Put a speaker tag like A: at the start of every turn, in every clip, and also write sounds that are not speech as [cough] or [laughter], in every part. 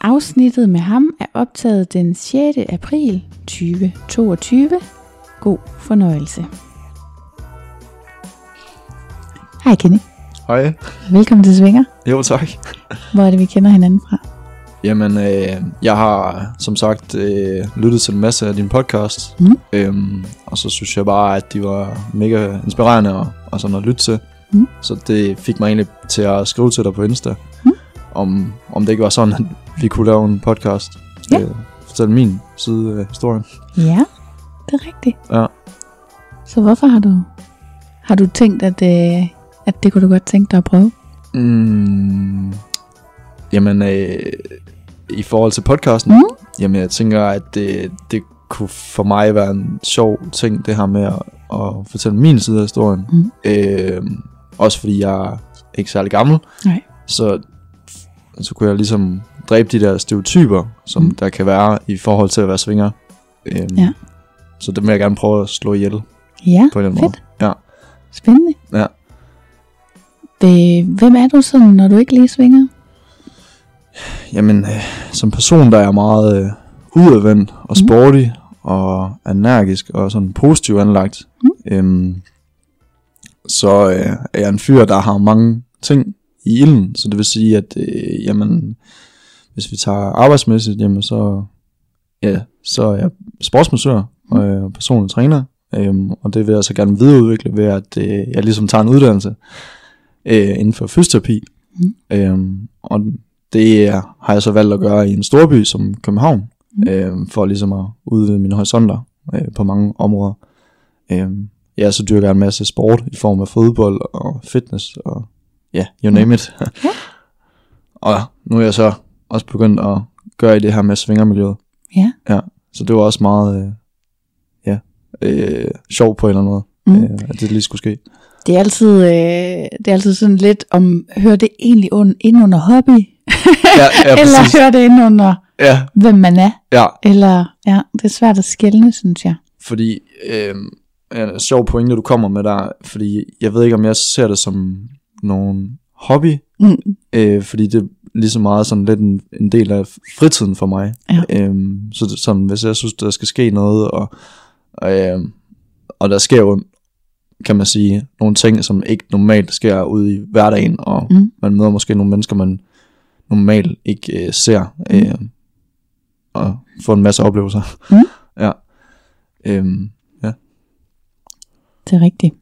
A: afsnittet med ham er optaget den 6. april 2022. God fornøjelse. Hej Kenny.
B: Hej.
A: Velkommen til Svinger.
B: Jo, tak.
A: Hvor er det, vi kender hinanden fra?
B: Jamen, øh, jeg har som sagt øh, lyttet til en masse af din podcast.
A: Mm.
B: Øhm, og så synes jeg bare, at de var mega inspirerende og, og sådan at lytte til.
A: Mm.
B: Så det fik mig egentlig til at skrive til dig på Insta.
A: Mm.
B: Om, om det ikke var sådan, at vi kunne lave en podcast.
A: Ja.
B: Øh, fortælle min side af historien.
A: Ja, det er rigtigt.
B: Ja.
A: Så hvorfor har du, har du tænkt, at, øh, at det kunne du godt tænke dig at prøve?
B: Mm, jamen, øh, i forhold til podcasten,
A: Mm.
B: mm. jamen jeg tænker, at det, det kunne for mig være en sjov ting, det her med at, at fortælle min side af historien.
A: Mm.
B: Øh, også fordi jeg er ikke særlig gammel.
A: Nej.
B: Så, så kunne jeg ligesom dræbe de der stereotyper, som
A: Mm.
B: mm. der kan være i forhold til at være svinger. Øh,
A: Ja.
B: Så det vil jeg gerne prøve at slå ihjel på en
A: Ja,
B: eller anden
A: Fedt.
B: måde. Ja.
A: spændende.
B: Ja.
A: Det, hvem er du sådan, når du ikke lige svinger?
B: Jamen, øh, som person, der er jeg meget øh, udadvendt og
A: Mhm.
B: sporty mm. og energisk og sådan positivt anlagt.
A: Mhm.
B: Øhm, så øh, er jeg en fyr, der har mange ting i ilden, så det vil sige, at øh, jamen, hvis vi tager arbejdsmæssigt, jamen så, ja, så er jeg sportsmassør og øh, personlig træner, øhm, og det vil jeg så gerne videreudvikle ved, at øh, jeg ligesom tager en uddannelse øh, inden for fysioterapi.
A: Mhm.
B: Øhm, og det er, har jeg så valgt at gøre i en storby som København,
A: Mm.
B: mm. øh, for ligesom at udvide mine horisonter øh, på mange områder. Øh, ja, så dyrker jeg en masse sport i form af fodbold og fitness og ja, yeah, you name it.
A: Mm. Ja.
B: [laughs] og nu er jeg så også begyndt at gøre i det her med svingermiljøet.
A: Ja.
B: ja så det var også meget øh, ja, øh, sjovt på en eller anden måde,
A: Mm.
B: mm. øh, at det lige skulle
A: [laughs]
B: ske.
A: Det er altid, øh, det er altid sådan lidt om, hører det egentlig un, ind under hobby?
B: Ja, ja,
A: eller
B: præcis.
A: hører det ind under,
B: Ja,
A: hvem man er?
B: ja.
A: Eller, ja, det er svært at skelne, synes jeg.
B: Fordi, øh, en sjov pointe, du kommer med der, fordi jeg ved ikke, om jeg ser det som nogen hobby,
A: Mm.
B: øh, fordi det er lige så meget sådan lidt en, en del af fritiden for mig.
A: Ja.
B: Øhm, så det, sådan, hvis jeg synes, der skal ske noget, og, og, øh, og der sker jo, kan man sige, nogle ting, som ikke normalt sker ude i hverdagen, og
A: Mm.
B: mm. man møder måske nogle mennesker, man normalt ikke øh, ser,
A: Mm.
B: øh, og får en masse oplevelser. [laughs]
A: Mm.
B: ja. Øhm,
A: Det er rigtigt.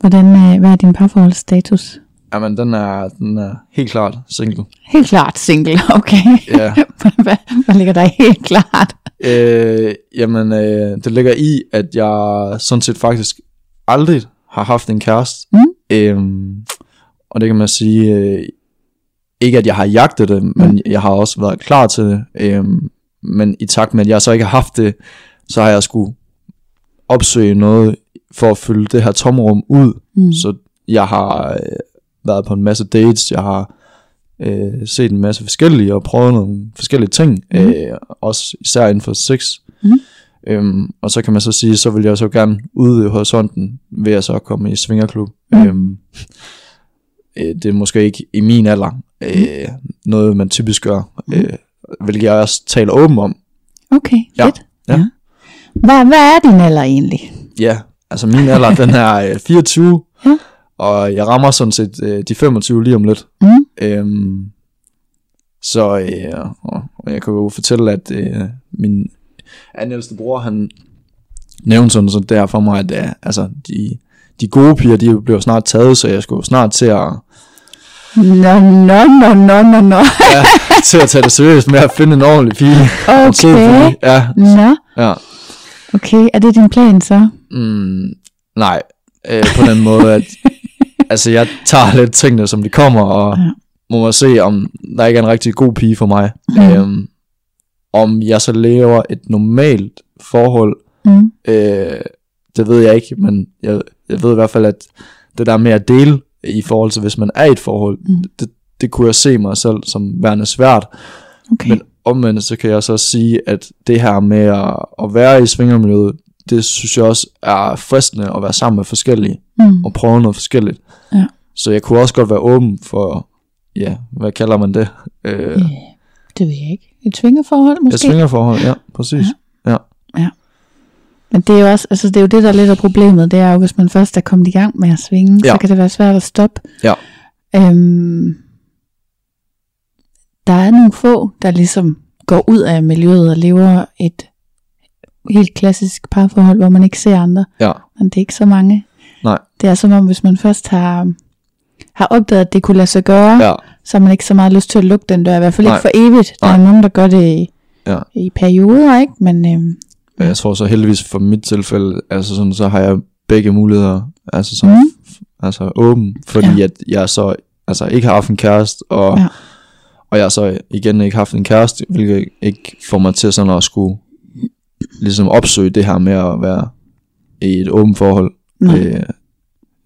A: Hvordan, øh, hvad er din parforholdsstatus?
B: Jamen, den er, den er helt klart
A: [laughs]
B: single.
A: Helt klart single, [laughs] okay.
B: Ja.
A: hvad, hvad ligger der i helt klart?
B: øh, jamen, øh, det ligger i, at jeg sådan set faktisk aldrig har haft en kæreste.
A: Mm.
B: Øhm, og det kan man sige, øh, ikke at jeg har jagtet det, men
A: Mm.
B: jeg har også været klar til det. Øhm, men i takt med, at jeg så ikke har haft det, så har jeg skulle opsøge noget for at fylde det her tomrum ud.
A: Mm.
B: Så jeg har øh, været på en masse dates, jeg har øh, set en masse forskellige og prøvet nogle forskellige ting,
A: Mhm.
B: mm. øh, også især inden for sex.
A: Mhm.
B: Øhm, og så kan man så sige, så vil jeg så gerne udvide horisonten ved at så komme i svingerklub.
A: Mm.
B: Mm. Øhm, øh, det er måske ikke i min alder
A: Mhm.
B: øh, noget, man typisk gør, øh, hvilket jeg også taler åben om.
A: Okay,
B: Ja,
A: fedt.
B: ja.
A: Hvad, hvad er din alder egentlig?
B: Ja, altså min alder, den er øh, 24,
A: Ja.
B: og jeg rammer sådan set øh, de 25 lige om lidt.
A: Mm.
B: Øhm, så øh, og- og jeg kan jo fortælle, at øh, min anden ældste bror, han nævnte sådan, sådan der for mig, at øh, altså, de, de gode piger, de blev snart taget, så jeg skulle snart til
A: [laughs]
B: at,
A: Nå, nå, nå, nå, nå, nå.
B: til at tage det seriøst med at finde en ordentlig pige. En sød
A: Okay.
B: pige. Ja,
A: Nå,
B: ja.
A: okay. Er det din plan så?
B: Mm, nej, øh, på den måde, at altså, jeg tager lidt tingene, som de kommer, og
A: Ja.
B: må man se, om der ikke er en rigtig god pige for mig. Mm. Øhm, om jeg så lever et normalt forhold,
A: Mm.
B: øh, det ved jeg ikke, men jeg, jeg ved i hvert fald, at det der med at dele i forhold til, hvis man er i et forhold,
A: Mm.
B: mm. det, det kunne jeg se mig selv som værende svært,
A: Okay.
B: men omvendt, så kan jeg så sige, at det her med at, at være i svingermiljøet, det synes jeg også er fristende at være sammen med forskellige,
A: mm.
B: og prøve noget forskelligt.
A: Ja.
B: Så jeg kunne også godt være åben for, ja, hvad kalder man det? Øh,
A: Ja, det ved jeg ikke. Et svingerforhold
B: ja,
A: måske?
B: svingerforhold, ja, præcis. Ja. ja.
A: Men det er jo også, altså det er jo det, der lidt er problemet, det er jo, hvis man først er kommet i gang med at svinge, ja.
B: Ja.
A: så kan det være svært at stoppe.
B: Ja.
A: Øhm, der er nogle få, der ligesom går ud af miljøet og lever et helt klassisk parforhold, hvor man ikke ser andre,
B: ja.
A: men det er ikke så mange.
B: Nej.
A: Det er som om, hvis man først har, har opdaget, at det kunne lade sig gøre,
B: Ja.
A: så har man ikke så meget lyst til at lukke den dør, i hvert fald ikke
B: Nej.
A: for evigt. Der er nogen, der gør det i,
B: Ja.
A: i perioder, ikke? Men øhm,
B: Og Jeg tror så heldigvis for mit tilfælde, altså sådan, så har jeg begge muligheder, altså som
A: Mhm.
B: mm. altså åben, fordi ja. at jeg så altså ikke har haft en kæreste, og,
A: Ja.
B: ja. og jeg så igen ikke har haft en kæreste, hvilket ikke får mig til sådan at skulle ligesom opsøge det her med at være i et åbent forhold.
A: nej.
B: Øh,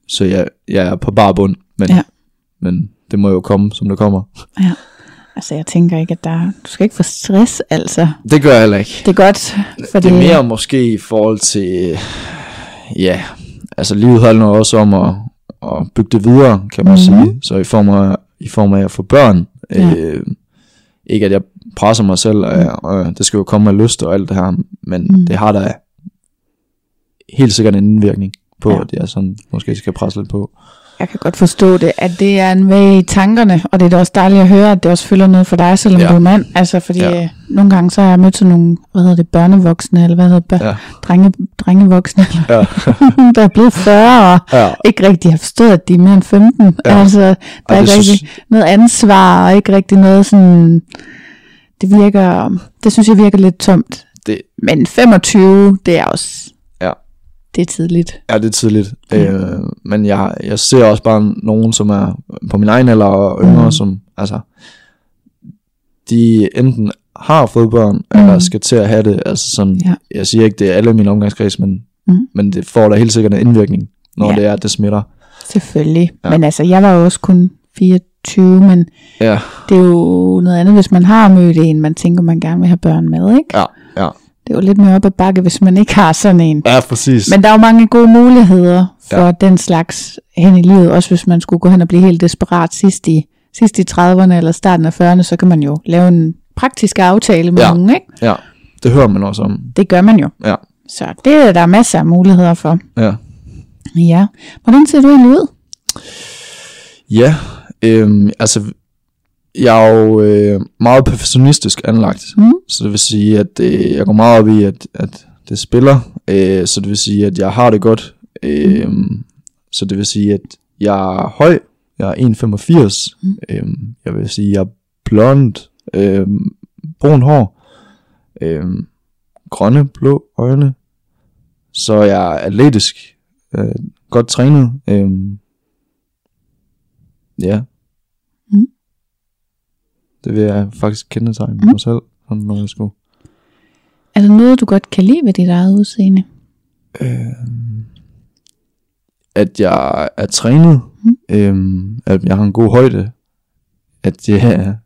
B: så jeg, jeg er på bar bund, men,
A: Ja.
B: ja. men det må jo komme, som det kommer.
A: Altså, jeg tænker ikke, at der er... Du skal ikke få stress, altså.
B: Det gør jeg heller ikke.
A: Det er godt, for
B: Det er mere måske i forhold til, øh, ja, altså livet handler også om at, at bygge det videre, kan man
A: Mhm.
B: mm-hmm. sige. Så i form af, i form af at få børn.
A: Ja. Mhm.
B: Ja. Øh, ikke at jeg presser mig selv, og, jeg, og det skal jo komme af lyst og alt det her, men
A: Mm.
B: mm. det har da helt sikkert en indvirkning på,
A: Ja.
B: ja. at jeg sådan måske skal presse lidt på.
A: Jeg kan godt forstå det, at det er en vej i tankerne, og det er da også dejligt at høre, at det også fylder noget for dig, selvom ja.
B: Ja.
A: du er mand. Altså, fordi ja.
B: Ja.
A: øh, nogle gange, så har jeg mødt sådan nogle, hvad hedder det, børnevoksne, eller hvad hedder det, bør- ja.
B: Ja.
A: drenge, drengevoksne, eller,
B: Ja.
A: [laughs] der er blevet 40 og
B: Ja.
A: ikke rigtig har forstået, at de er mere end 15. Ja.
B: Ja.
A: Altså, der er
B: det
A: ikke
B: synes-
A: rigtig noget ansvar, og ikke rigtig noget sådan... Det virker... Det synes jeg virker lidt tomt.
B: Det,
A: Men 25, det er også...
B: Ja.
A: Det er tidligt.
B: Ja, det er tidligt.
A: Ja.
B: Ja. Øh, men jeg, jeg ser også bare nogen, som er på min egen alder og yngre,
A: Mm.
B: mm. som altså, de enten har fået børn, mm.
A: Mm.
B: eller skal til at have det. Altså sådan,
A: Ja.
B: ja. Jeg siger ikke, det er alle i min omgangskreds, men,
A: Mm.
B: mm. men det får da helt sikkert en indvirkning, når
A: Ja.
B: ja. det er, at det smitter.
A: Selvfølgelig. Ja.
B: Ja.
A: Men altså, jeg var jo også kun 24, men
B: Ja,
A: det er jo noget andet, hvis man har mødt en, man tænker, man gerne vil have børn med, ikke?
B: ja, ja.
A: Det er jo lidt mere op ad bakke, hvis man ikke har sådan en.
B: Ja, præcis. Men,
A: Men der er jo mange gode muligheder for ja. den slags hen i livet, også hvis man skulle gå hen og blive helt desperat sidst i, sidst i 30'erne eller starten af 40'erne, så kan man jo lave en praktisk aftale med ja.
B: Ja.
A: nogen, ikke?
B: ja, det hører man også om.
A: Det gør man jo.
B: Ja,
A: Så det er der masser af muligheder for.
B: ja.
A: Ja. Hvordan ser du egentlig ud?
B: Ja, øhm, altså, jeg er jo øh, meget perfektionistisk anlagt,
A: Mhm.
B: så det vil sige, at øh, jeg går meget op i, at, at det spiller, øh, så det vil sige, at jeg har det godt, øh, så det vil sige, at jeg er høj, jeg er 1,85,
A: Mhm.
B: øh, jeg vil sige, at jeg er blond, øh, brun hår, øh, grønne, blå øjne, så jeg er atletisk, øh, godt trænet, øh, ja.
A: Mm.
B: Det vil jeg faktisk kendetegne
A: Mm.
B: mm. mig selv, sådan når jeg skulle.
A: Er der noget, du godt kan lide ved dit eget udseende?
B: At jeg er trænet,
A: Mm.
B: øhm, at jeg har en god højde, at jeg har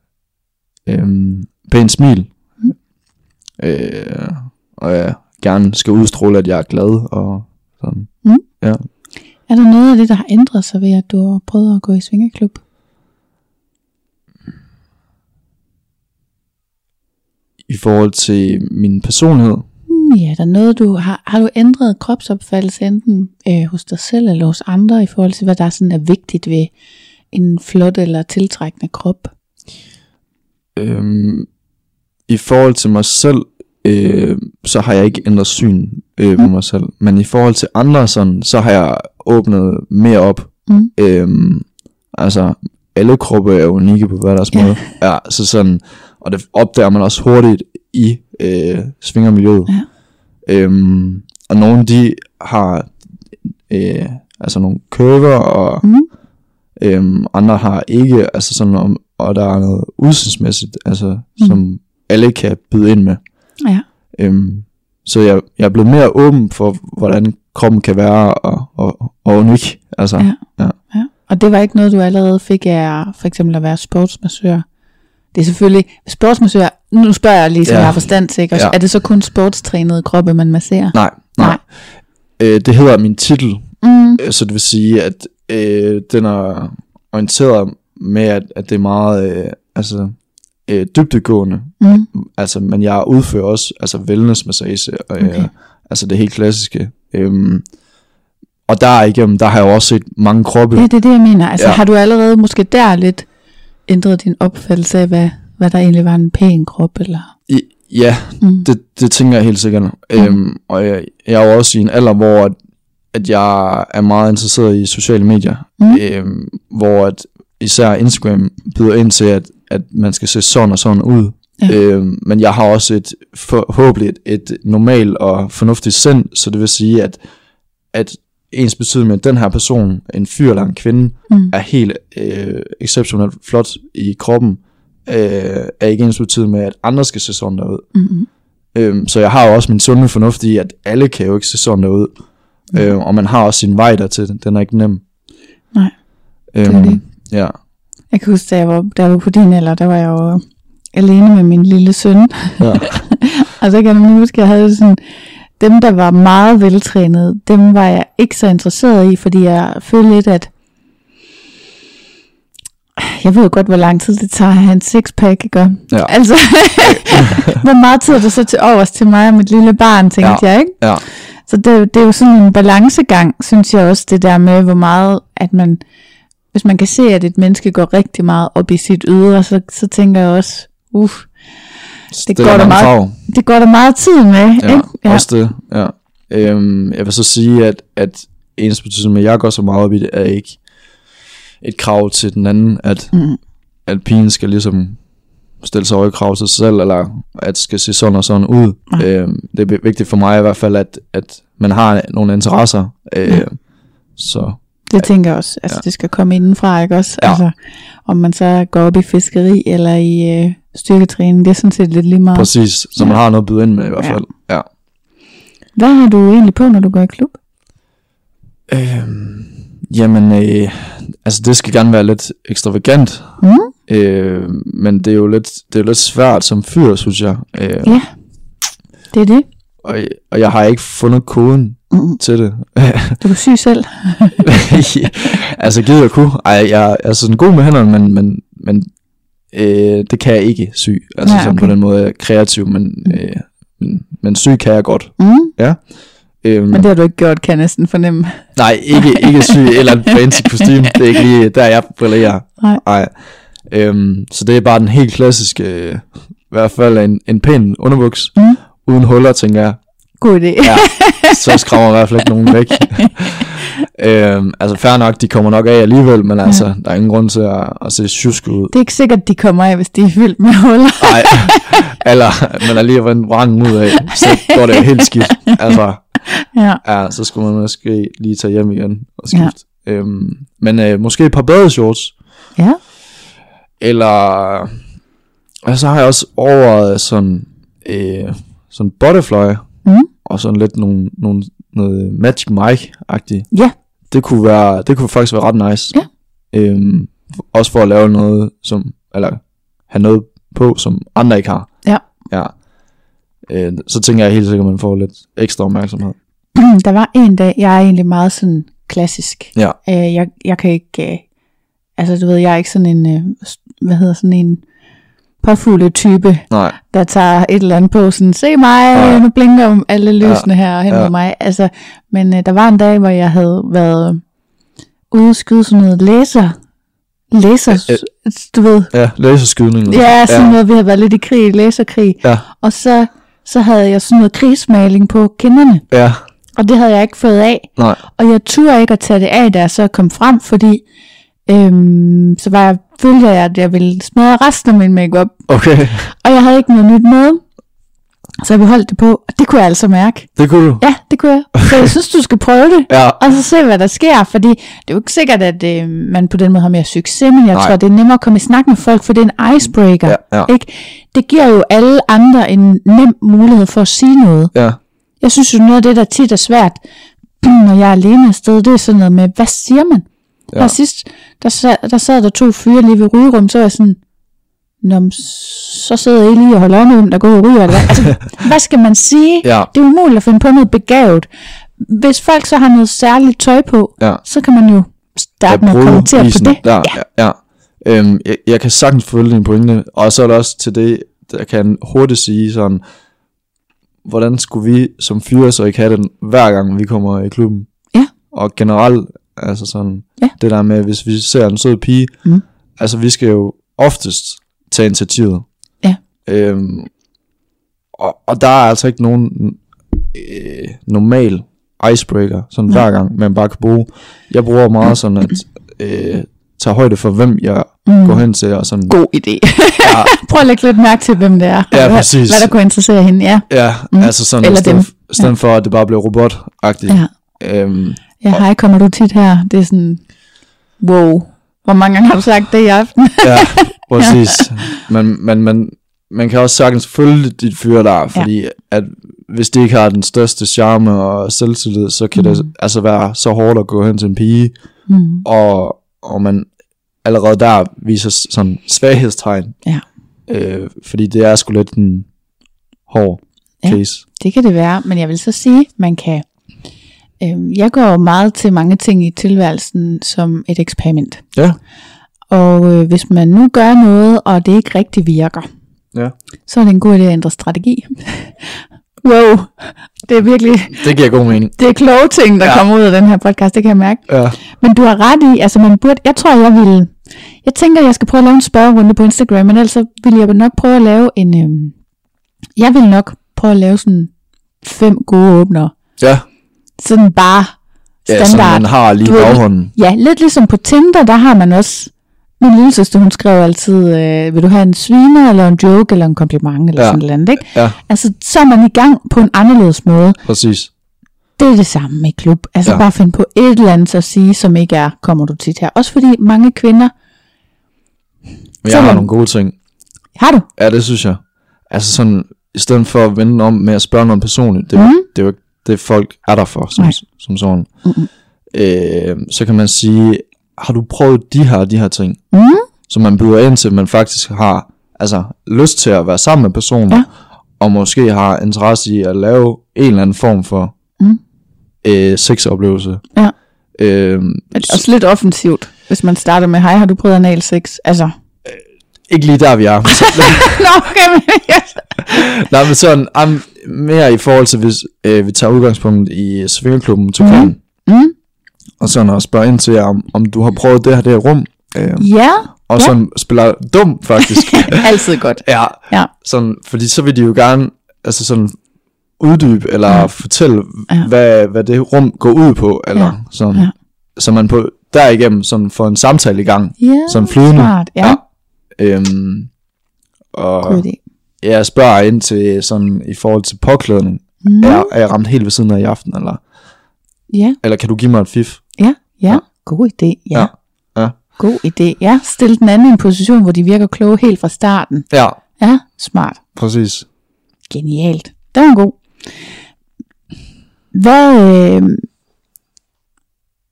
A: Mm.
B: øhm, pænt smil, øh, og jeg gerne skal udstråle, at jeg er glad og sådan.
A: Mm.
B: Ja.
A: Er der noget af det, der har ændret sig ved, at du har prøvet at gå i svingerklub?
B: I forhold til min personlighed,
A: Hmm, Ja, der er noget, du har, har du ændret kropsopfattelse enten øh, hos dig selv eller hos andre i forhold til, hvad der sådan er vigtigt ved en flot eller tiltrækkende krop?
B: øhm, i forhold til mig selv, øh, så har jeg ikke ændret syn
A: Mm.
B: øh, på mig selv. Men i forhold til andre, sådan, så har jeg åbnet mere op.
A: Mm.
B: Øhm, altså, alle kroppe er unikke på hver deres
A: Ja.
B: måde. Ja, så sådan, og det opdager man også hurtigt i øh, svingermiljøet.
A: Ja.
B: Øhm, og nogle de har øh, altså nogle kurver, og
A: Mm.
B: Øhm, andre har ikke, altså sådan om, og der er noget udsynsmæssigt, altså mm. som alle kan byde ind med.
A: Ja.
B: Øhm, så jeg, jeg er blevet mere åben for, hvordan kroppen kan være og, og, og unik. Altså,
A: Ja.
B: ja.
A: ja. Og det var ikke noget, du allerede fik af for eksempel at være sportsmassør? Det er selvfølgelig, sportsmassør, nu spørger jeg lige, så
B: Ja.
A: jeg har forstand til, ikke? Og så-
B: Ja.
A: er det så kun sportstrænede kroppe, man masserer?
B: Nej, nej. nej. Øh, det hedder min titel,
A: Mm.
B: øh, så det vil sige, at øh, den er orienteret med, at, at det er meget øh, altså, øh, dybdegående.
A: Mm.
B: altså, men jeg udfører også altså wellnessmassage, og okay.
A: Okay.
B: øh, altså det helt klassiske. Øhm, og der igennem, der har jeg jo også set mange kroppe.
A: Ja, det er det, jeg mener. Altså, ja.
B: Ja.
A: har du allerede måske der lidt ændret din opfattelse af, hvad, hvad der egentlig var en pæn krop? Eller?
B: I, ja,
A: Mm.
B: det, det tænker jeg helt sikkert. Mm. Øhm, og jeg, jeg er jo også i en alder, hvor at, at jeg er meget interesseret i sociale medier.
A: Mm.
B: Øhm, hvor at især Instagram byder ind til, at, at man skal se sådan og sådan ud.
A: Ja.
B: Øhm, men jeg har også et forhåbentlig et, et normalt og fornuftigt sind, så det vil sige, at, at ens betydning med den her person, en fyr eller en kvinde,
A: Mm.
B: er helt øh, exceptionelt flot i kroppen, øh, er ikke ens betydning med, at andre skal se sådan derud.
A: Mm.
B: Øhm, så jeg har jo også min sunde fornuft i, at alle kan jo ikke se sådan derud. Mm. Øhm, og man har også sin vej dertil. Den er ikke nem.
A: Nej,
B: øhm,
A: er det.
B: Ja.
A: Jeg kan huske, da jeg var, da jeg var på din alder, der var jeg jo alene med min lille søn.
B: ja.
A: [laughs] Og så kan jeg nemlig huske, at jeg havde det sådan, dem der var meget veltrænede, dem var jeg ikke så interesseret i, fordi jeg følte lidt, at jeg ved jo godt, hvor lang tid det tager at have en sixpack, ikke?
B: Ja.
A: Altså, [laughs] hvor meget tid er der så til overs til mig og mit lille barn, tænkte
B: Ja.
A: jeg, ikke?
B: ja.
A: Så det, det er jo sådan en balancegang, synes jeg også, det der med, hvor meget, at man, hvis man kan se, at et menneske går rigtig meget op i sit ydre, så, så tænker jeg også, uff,
B: Stiller
A: går da
B: mange
A: meget-
B: krav.
A: det går der meget tid med,
B: Ja,
A: ikke?
B: ja. Også det. Ja. Øhm, jeg vil så sige, at, at ens betydning med, at jeg går så meget op i det, er ikke et krav til den anden, at,
A: Mm.
B: mm. at pigen skal ligesom stille sig høje krav til sig selv, eller at skal se sådan og sådan ud.
A: Nej.
B: Øhm, det er vigtigt for mig i hvert fald, at, at man har nogle interesser. Øh, Så
A: Det tænker jeg også. Altså, ja. det skal komme indenfra, ikke også?
B: Ja.
A: Altså, om man så går op i fiskeri eller i øh, styrketræning, det er sådan set lidt lige meget.
B: Præcis, så man har noget at byde ind med i hvert
A: Ja.
B: fald. Ja.
A: Hvad har du egentlig på, når du går i klub?
B: Øhm, jamen, øh, altså det skal gerne være lidt ekstravagant,
A: Mm?
B: øh, men det er jo lidt, det er jo lidt svært som fyr, synes jeg. Øh,
A: Ja. Det er det.
B: og, og jeg har ikke fundet koden
A: Mm.
B: til det. [laughs]
A: Du er syg selv.
B: altså givet jeg kunne. Ej, jeg er sådan god med hænderne, men, men, men øh, det kan jeg ikke sy. Altså
A: Nej,
B: Nej, okay. sådan på
A: okay.
B: den måde jeg er kreativ, men, øh, men, men sy kan jeg godt.
A: Mm?
B: Øh,
A: Men det har du ikke gjort, kan jeg næsten fornemme.
B: Nej, ikke, ikke sy et eller andet fancy kostume. Det er ikke lige der, jeg brillerer.
A: Nej.
B: Nej. Øhm, så det er bare den helt klassiske, øh, i hvert fald en, en pæn underbuks,
A: Mm.
B: uden huller, tænker jeg.
A: God idé.
B: Ja, så skræmmer i hvert fald ikke nogen
A: [laughs]
B: væk. øhm, altså fair nok, de kommer nok af alligevel, men altså, der er ingen grund til at, at se tjusk ud.
A: Det er ikke sikkert, de kommer af, hvis de er fyldt med huller. [laughs]
B: Nej, eller man er lige vendt branden ud af, så går det jo helt skidt. Altså,
A: Ja.
B: Ja, så skulle man måske lige tage hjem igen og
A: Ja.
B: skifte. Ja. Øhm, men øh, måske et par badeshorts,
A: Ja.
B: eller... Og så har jeg også overvejet sådan, øh, sådan butterfly,
A: Mm.
B: og sådan lidt nogle, nogle, noget Magic Mike-agtigt.
A: Ja.
B: Det kunne, være, det kunne faktisk være ret nice.
A: Ja.
B: Øhm, f- også for at lave noget, som, eller have noget på, som andre ikke har.
A: Ja.
B: ja. øh, så tænker jeg helt sikkert, at man får lidt ekstra opmærksomhed.
A: [clears throat] Der var en dag, jeg er egentlig meget sådan klassisk.
B: Ja.
A: Øh, jeg, jeg kan ikke, øh, altså du ved, jeg er ikke sådan en, øh, s- hvad hedder sådan en påfugle type,
B: Nej,
A: der tager et eller andet på, sådan, se mig,
B: Ja.
A: ja. nu blinker om alle lysene ja. her hen
B: Ja.
A: ja. mod mig. Altså, men øh, der var en dag, hvor jeg havde været ude at skyde sådan noget læser, læser,
B: Øh,
A: du ved,
B: ja, læserskydning.
A: ja, sådan ja. noget, vi havde været lidt i krig, læserkrig,
B: Ja,
A: og så, så havde jeg sådan noget krigsmaling på kinderne,
B: ja,
A: og det havde jeg ikke fået af,
B: nej,
A: og jeg turde ikke at tage det af, da jeg så kom frem, fordi øhm, så var jeg, følte jeg, at jeg ville smadre resten af min makeup.
B: okay, [laughs]
A: Og jeg havde ikke noget nyt med. Så jeg beholdt det på, og det kunne jeg altså mærke.
B: det kunne du.
A: Ja, det kunne jeg. Så jeg synes, du skal prøve det.
B: [laughs] Ja,
A: Og så se, hvad der sker, fordi det er jo ikke sikkert, at øh, man på den måde har mere succes, men jeg
B: Nej.
A: Nej. tror, det er nemmere at komme i snak med folk, for det er en icebreaker.
B: Ja, ja.
A: Ikke? Det giver jo alle andre en nem mulighed for at sige noget.
B: ja,
A: Jeg synes jo, noget af det, der tit er svært, [clears throat] når jeg er alene afsted, det er sådan noget med, hvad siger man?
B: Ja.
A: Ja. Her sidst, der sad, der sad der to fyre lige ved rygerum, så var jeg sådan, Nå, men så sidder I lige og holder øje med, hvem der går ud og ryger. Eller hvad? Altså,
B: [laughs]
A: hvad skal man sige?
B: Ja.
A: Det er umuligt at finde på noget begavet. Hvis folk så har noget særligt tøj på,
B: Ja.
A: så kan man jo
B: jeg
A: starte med at
B: prøvede
A: kommentere på
B: isen
A: det.
B: Der, ja. ja. Øhm, jeg, jeg kan sagtens følge din pointe, og så er der også til det, der kan hurtigt sige sådan, hvordan skulle vi som fyre så ikke have den, hver gang vi kommer i klubben?
A: Ja.
B: Og generelt, altså sådan,
A: Ja.
B: det der med, hvis vi ser en sød pige,
A: Mm.
B: altså vi skal jo oftest tage initiativet.
A: Ja.
B: Øhm, og, og der er altså ikke nogen øh, normal icebreaker, sådan hver gang, man bare kan bruge. Jeg bruger meget sådan at øh, tage højde for, hvem jeg mm. går hen til, og sådan,
A: God [laughs] idé.
B: Ja.
A: Prøv at lægge lidt mærke til, hvem det er.
B: Ja,
A: og hvad,
B: præcis.
A: hvad der kunne interessere hende, ja.
B: ja, mm. altså sådan,
A: Eller
B: i stedet,
A: dem.
B: i stedet for, at det bare bliver robotagtigt.
A: ja.
B: Øhm,
A: Ja, hej, kommer du tit her? Det er sådan, wow, hvor mange gange har du sagt det i aften? [laughs]
B: ja, præcis. Men, men, men man kan også sagtens følge dit fyr der, fordi ja. at hvis det ikke har den største charme og selvtillid, så kan mm. det altså være så hårdt at gå hen til en pige,
A: Mm.
B: og, og man allerede der viser s- sådan svaghedstegn.
A: Ja.
B: Øh, fordi det er sgu lidt en hård
A: Ja.
B: case.
A: Det kan det være, men jeg vil så sige, man kan... Øh, jeg går jo meget til mange ting i tilværelsen som et eksperiment.
B: Ja.
A: Og øh, hvis man nu gør noget, og det ikke rigtig virker,
B: ja.
A: så er det en god idé at ændre strategi. [laughs] wow, det er virkelig...
B: Det giver god mening.
A: Det er kloge ting, der
B: Ja.
A: ja. kommer ud af den her podcast, det kan jeg mærke.
B: Ja.
A: Men du har ret i, altså man burde, jeg tror jeg ville, jeg tænker jeg skal prøve at lave en spørgerunde på Instagram, men ellers så ville jeg nok prøve at lave en, øhm, jeg vil nok prøve at lave sådan fem gode åbner.
B: Ja,
A: Sådan bare
B: ja som
A: standard.
B: man har lige
A: Du ved,
B: baghånden.
A: Ja, lidt ligesom på Tinder, der har man også, min lille søster, hun skrev altid, øh, vil du have en sviner, eller en joke, eller en kompliment, eller
B: Ja.
A: ja. sådan noget, ikke?
B: Ja,
A: Altså, så er man i gang på en anderledes måde.
B: præcis.
A: Det er det samme med klub. Altså
B: Ja.
A: ja. bare finde på et eller andet at sige, som ikke er, kommer du tit her. Også fordi mange kvinder,
B: Men jeg
A: Selvom-
B: har nogle gode ting.
A: har du?
B: Ja, det synes jeg. Altså sådan, i stedet for at vende om med at spørge noget personligt, det, mm.
A: Mhm.
B: det er jo ikke det, folk er der for, som,
A: Nej.
B: som sådan.
A: Mhm.
B: Øh, så kan man sige, har du prøvet de her de her ting?
A: Mm,
B: Så man byder ind til, at man faktisk har altså, lyst til at være sammen med personen,
A: Ja.
B: og måske har interesse i at lave en eller anden form for
A: Mm.
B: øh, sexoplevelse.
A: Ja.
B: Øh,
A: men det er også lidt offensivt, hvis man starter med, hej, har du prøvet anal sex? Altså, [laughs]
B: ikke lige der, vi er.
A: nå, okay, men yes.
B: Nej, men sådan, am, mere i forhold til, hvis øh, vi tager udgangspunkt i svingeklubben til mm.
A: Mm.
B: og sådan og spørger ind til, om, om du har prøvet det her, det her rum, øh,
A: Ja,
B: og
A: Ja.
B: sådan spiller dum, faktisk.
A: [laughs] altid godt.
B: ja,
A: Ja.
B: sådan, fordi så vil de jo gerne, altså sådan, uddybe, eller
A: Ja.
B: fortælle,
A: Ja.
B: hvad, hvad det rum går ud på, eller
A: Ja.
B: sådan.
A: Ja.
B: Så man på, derigennem sådan får en samtale i gang,
A: Ja,
B: sådan flydende.
A: smart. Ja,
B: Øhm, og
A: god idé.
B: jeg spørger ind til sådan i forhold til påklædning. Mm. Er, er jeg ramt helt ved siden af i aften, eller,
A: Ja,
B: eller kan du give mig et fif?
A: ja,
B: Ja.
A: ja, god idé, ja.
B: Ja, ja.
A: God idé, ja. Stil den anden i en position, hvor de virker kloge helt fra starten.
B: Ja,
A: Ja, smart.
B: præcis.
A: Genialt. Det var en god. Hvad, øh,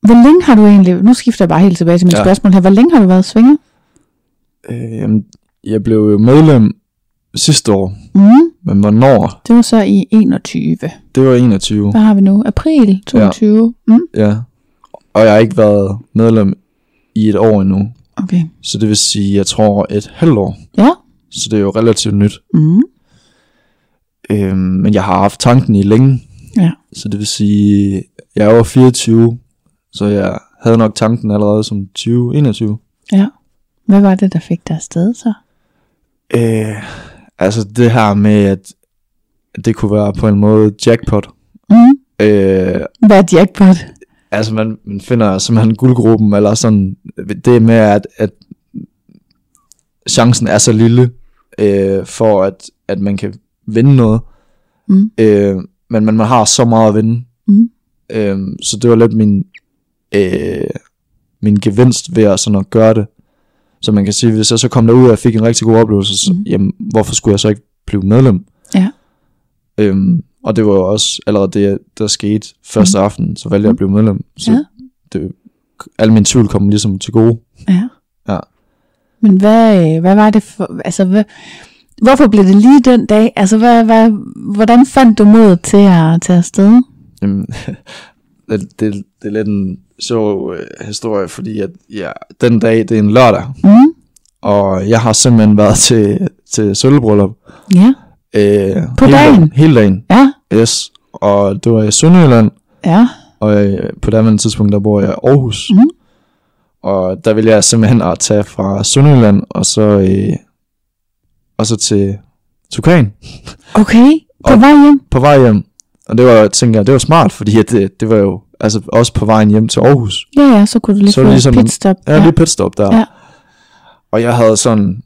A: hvor længe har du egentlig, nu skifter jeg bare helt tilbage til mit
B: Ja.
A: ja. spørgsmål her, hvor længe har du været svinger?
B: Øh, jamen, jeg blev jo medlem sidste år,
A: Mm,
B: men hvornår?
A: det var så i 21.
B: Det var 21.
A: Hvad har vi nu? April 22. Ja. Mm,
B: Ja. Og jeg har ikke været medlem i et år endnu.
A: okay.
B: Så det vil sige, jeg tror et halvt år.
A: Ja.
B: Så det er jo relativt nyt.
A: Mm,
B: Øhm, men jeg har haft tanken i længe.
A: ja.
B: Så det vil sige, jeg var 24, så jeg havde nok tanken allerede som 20-21.
A: Ja. Hvad var det, der fik dig afsted så?
B: Øh, altså det her med, at det kunne være på en måde jackpot.
A: Mm.
B: Øh,
A: Hvad er jackpot?
B: altså man, man finder simpelthen guldgruppen, eller sådan det med, at, at chancen er så lille øh, for, at, at man kan vinde noget.
A: Mm.
B: Øh, men man, man har så meget at vinde.
A: Mm.
B: Øh, så det var lidt min, øh, min gevinst ved at, sådan at gøre det. Så man kan sige, hvis jeg så kom derud, og jeg fik en rigtig god oplevelse, så,
A: Mm.
B: jamen, hvorfor skulle jeg så ikke blive medlem?
A: Ja.
B: Øhm, og det var jo også allerede det, der skete første aften, så valgte jeg at blive medlem. Så
A: Mhm. Ja.
B: det, al min tvivl kom ligesom til gode.
A: Ja.
B: Ja.
A: Men hvad, øh, hvad var det for, altså hvad, hvorfor blev det lige den dag? Altså hvad, hvad, hvordan fandt du mod til at tage afsted?
B: Jamen, [laughs] det, det, det er lidt en sjov øh, historie, fordi at, ja, den dag, det er en lørdag,
A: Mm.
B: og jeg har simpelthen været til, til sølvbryllup.
A: Ja.
B: Øh,
A: På
B: hele
A: dagen?
B: Hele dagen,
A: Ja.
B: yes. Og det var i Sønderjylland,
A: Ja.
B: og øh, på det andet tidspunkt, der bor jeg i Aarhus.
A: Mhm.
B: Og der ville jeg simpelthen at tage fra Sønderjylland, og så, øh, og så til Tukan.
A: Okay. På
B: Og-
A: vej hjem?
B: på vej hjem. Og det var, tænker jeg, det var smart, fordi at det, det var jo altså også på vejen hjem til Aarhus.
A: Ja, ja, så kunne du lige
B: Så
A: så få
B: ligesom-
A: ligesom, pitstop.
B: Jeg havde lige pitstop der.
A: Ja.
B: Og jeg havde sådan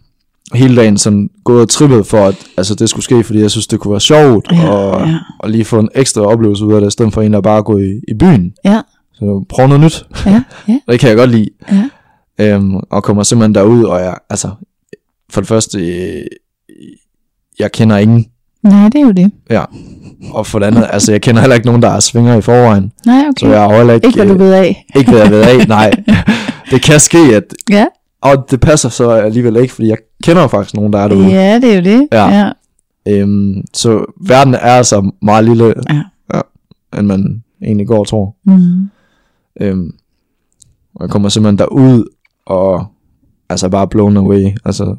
B: hele dagen sådan gået og trippet for, at altså, det skulle ske, fordi jeg synes, det kunne være sjovt,
A: Ja,
B: og,
A: ja.
B: og lige få en ekstra oplevelse ud af det, i stedet for en, der bare går i, i byen.
A: Ja.
B: Så prøv noget nyt.
A: Ja, ja,
B: Det kan jeg godt lide.
A: Ja.
B: Øhm, og kommer simpelthen derud, og jeg, altså, for det første, øh, jeg kender ingen,
A: nej, det er jo det.
B: ja. Og for
A: [laughs]
B: det andet, altså, jeg kender heller ikke nogen, der er svinger i forvejen.
A: Nej,
B: Så
A: okay.
B: jeg har heller ikke,
A: Ikke hvad du
B: øh,
A: ved af.
B: ikke hvad jeg ved
A: [laughs]
B: af, nej. Det kan ske, at,
A: Ja,
B: og det passer så alligevel ikke, fordi jeg kender faktisk nogen, der er derude.
A: ja det er jo det.
B: Ja.
A: ja.
B: Øhm, så verden er altså meget lille,
A: Ja.
B: Ja, end man egentlig går og tror.
A: Mm.
B: Øhm, og jeg kommer simpelthen derud, og altså bare blown away. Altså okay.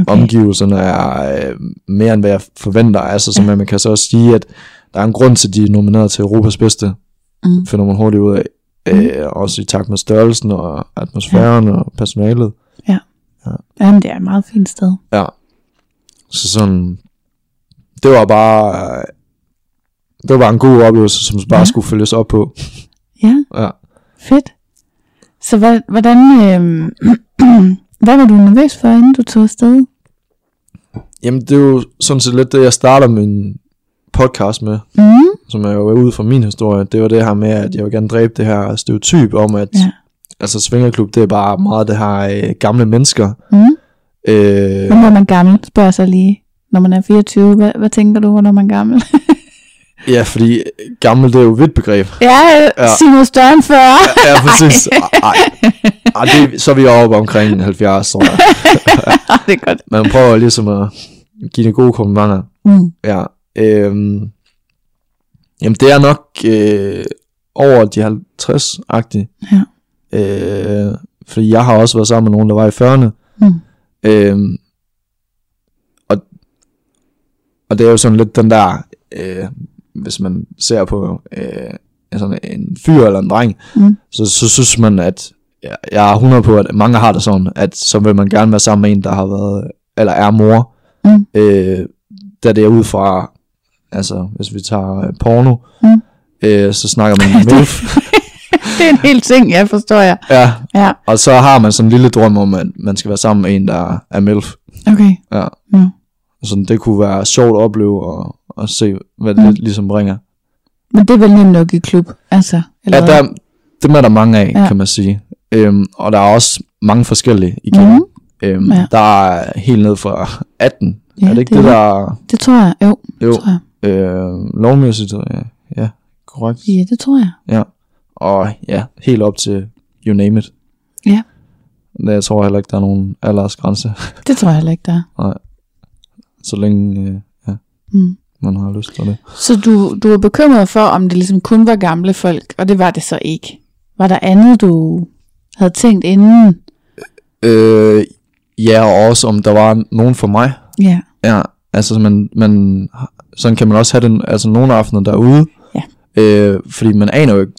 A: Okay.
B: omgivelserne er øh, mere end hvad jeg forventer. Altså som man kan så også sige, at der er en grund til, at de er nomineret til Europas bedste.
A: Mm.
B: Finder man hurtigt ud af. Øh, også i takt med størrelsen og atmosfæren ja. og personalet.
A: Jamen, det er et meget fint sted.
B: Ja. Så sådan, det var bare, øh, det var bare en god oplevelse, som
A: Ja.
B: bare ja. skulle følges op på.
A: Ja,
B: Ja.
A: fedt. Så hvad, hvordan, øh, [clears throat] hvad var du nervøs for, inden du tog afsted?
B: Jamen, det er jo sådan set lidt det, jeg starter min podcast med,
A: Mm.
B: som er jo ude fra min historie. Det var det her med, at jeg vil gerne dræbe det her stereotyp om, at
A: Ja.
B: ja. altså, svingerklub, det er bare meget det her øh, gamle mennesker.
A: Mm.
B: Øh,
A: Hvornår er man gammel, spørger sig lige. Når man er 24, hvad, hvad tænker du, når man er gammel?
B: ja, fordi gammel, det er jo et vidt
A: [laughs]
B: begreb.
A: [laughs] ja, ja.
B: Ja.
A: sig noget større end 40.
B: Ja, præcis. Ej. Ej, det, så er vi oppe omkring 70, tror jeg.
A: [laughs] det er godt.
B: Man prøver ligesom at give det gode komplimenter.
A: Mm.
B: Ja. Øhm, jamen, det er nok øh, over de 50-agtige.
A: Ja.
B: Øh, fordi jeg har også været sammen med nogen, der var i 40'erne.
A: Mm.
B: Øhm, og, og det er jo sådan lidt den der, øh, hvis man ser på øh, sådan en fyr eller en dreng,
A: Mm.
B: så, så synes man, at ja, jeg er 100 på, at mange har det sådan, at så vil man gerne være sammen med en, der har været, eller er mor.
A: Mm.
B: Øh, da det er ud fra, altså hvis vi tager øh, porno,
A: Mm.
B: øh, så snakker
A: [laughs]
B: man om MILF.
A: Det er en hel ting, jeg forstår jeg.
B: ja,
A: Ja,
B: og så har man sådan en lille drøm om, at man skal være sammen med en, der er MILF.
A: okay.
B: Ja.
A: Ja.
B: Sådan, det kunne være sjovt at opleve og, og se, hvad det
A: Mm.
B: mm. ligesom bringer.
A: Men det er vel nemt nok i klub, altså.
B: Ja,
A: hvad?
B: der, dem er der mange af,
A: Ja.
B: ja. kan man sige. Øhm, og der er også mange forskellige igen.
A: Mhm.
B: Mm. Øhm,
A: Ja.
B: ja. Der er helt ned fra 18.
A: Ja,
B: Ja, er det ikke
A: det
B: det,
A: er
B: det der
A: Det tror jeg, jo.
B: Jo.
A: Tror jeg.
B: øh, lovmæssigt? Ja, ja, korrekt.
A: Ja, det tror jeg.
B: Ja. Og ja, helt op til you name it.
A: Ja.
B: Men Jeg tror heller ikke, der er nogen aldersgrænse. [laughs]
A: Det tror jeg heller ikke, der er.
B: så længe øh, ja,
A: Mm.
B: man har lyst til det.
A: Så du, du var bekymret for, om det ligesom kun var gamle folk, og det var det så ikke. Var der andet, du havde tænkt inden?
B: Øh, ja, og også om der var nogen for mig.
A: Ja.
B: Ja, altså så man, man, sådan kan man også have den, altså nogle aftener derude.
A: Ja.
B: Øh, fordi man aner jo ikke,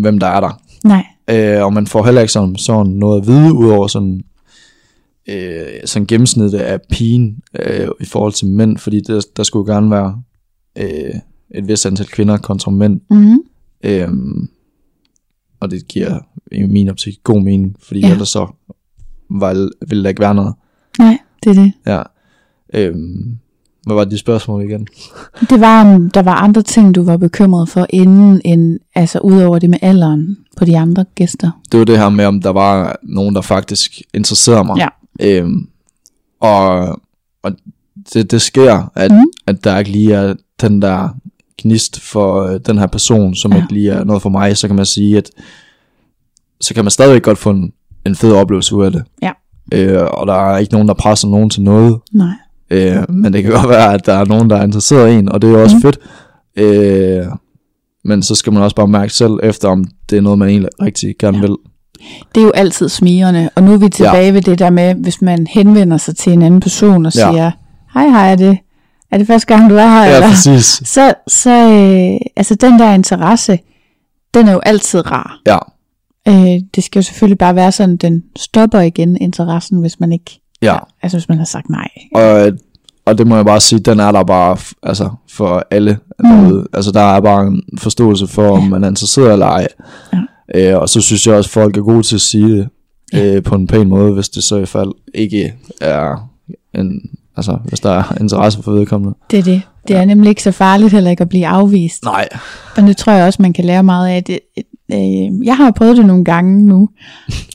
B: hvem der er der.
A: Nej.
B: Øh, og man får heller ikke sådan, sådan noget at vide, udover sådan, øh, sådan gennemsnittet af pigen øh, i forhold til mænd, fordi der, der skulle jo gerne være øh, et vist antal kvinder kontra mænd.
A: Mm.
B: Øh, og det giver i min optik god mening, fordi
A: Ja.
B: ja. ellers så var, ville der ikke være noget.
A: Nej, det er det.
B: Ja. Øh, hvad var det spørgsmål igen?
A: Det var, om der var andre ting, du var bekymret for inden, end, altså udover det med alderen på de andre gæster.
B: det var det her med, om der var nogen, der faktisk interesserede mig.
A: Ja.
B: Øhm, og og det, det sker, at,
A: Mhm.
B: mm. at der ikke lige er den der gnist for øh, den her person, som
A: Ja.
B: ja. ikke lige er noget for mig, så kan man sige, at så kan man stadigvæk godt få en, en fed oplevelse ud af det.
A: Ja.
B: Øh, og der er ikke nogen, der presser nogen til noget.
A: Nej.
B: Øh, men det kan godt være, at der er nogen, der er interesseret i en, og det er jo også
A: Mhm.
B: mm. fedt. Øh, men så skal man også bare mærke selv efter, om det er noget, man egentlig rigtig gerne
A: Ja.
B: ja. vil.
A: Det er jo altid smigrende, og nu er vi tilbage ja. ved det der med, hvis man henvender sig til en anden person og
B: Ja.
A: siger, hej hej, er det, er det første gang, du er her?
B: Ja,
A: eller?
B: præcis.
A: Så, så øh, altså den der interesse, den er jo altid rar.
B: Ja,
A: Øh, det skal jo selvfølgelig bare være sådan, den stopper igen interessen, hvis man ikke,
B: ja.
A: altså hvis man har sagt nej.
B: Og, og det må jeg bare sige, den er der bare f- altså, for alle
A: Mm.
B: derude. Altså, der er bare en forståelse for, om man er interesseret eller ej. Ja. Øh, og så synes jeg også, at folk er gode til at sige det øh, på en pæn måde, hvis det så i fald ikke er en... Altså, hvis der er interesse for vedkommende.
A: Det er det. Det er nemlig ikke så farligt heller ikke at blive afvist.
B: Nej.
A: Og det tror jeg også, man kan lære meget af. Det, øh, jeg har prøvet det nogle gange nu,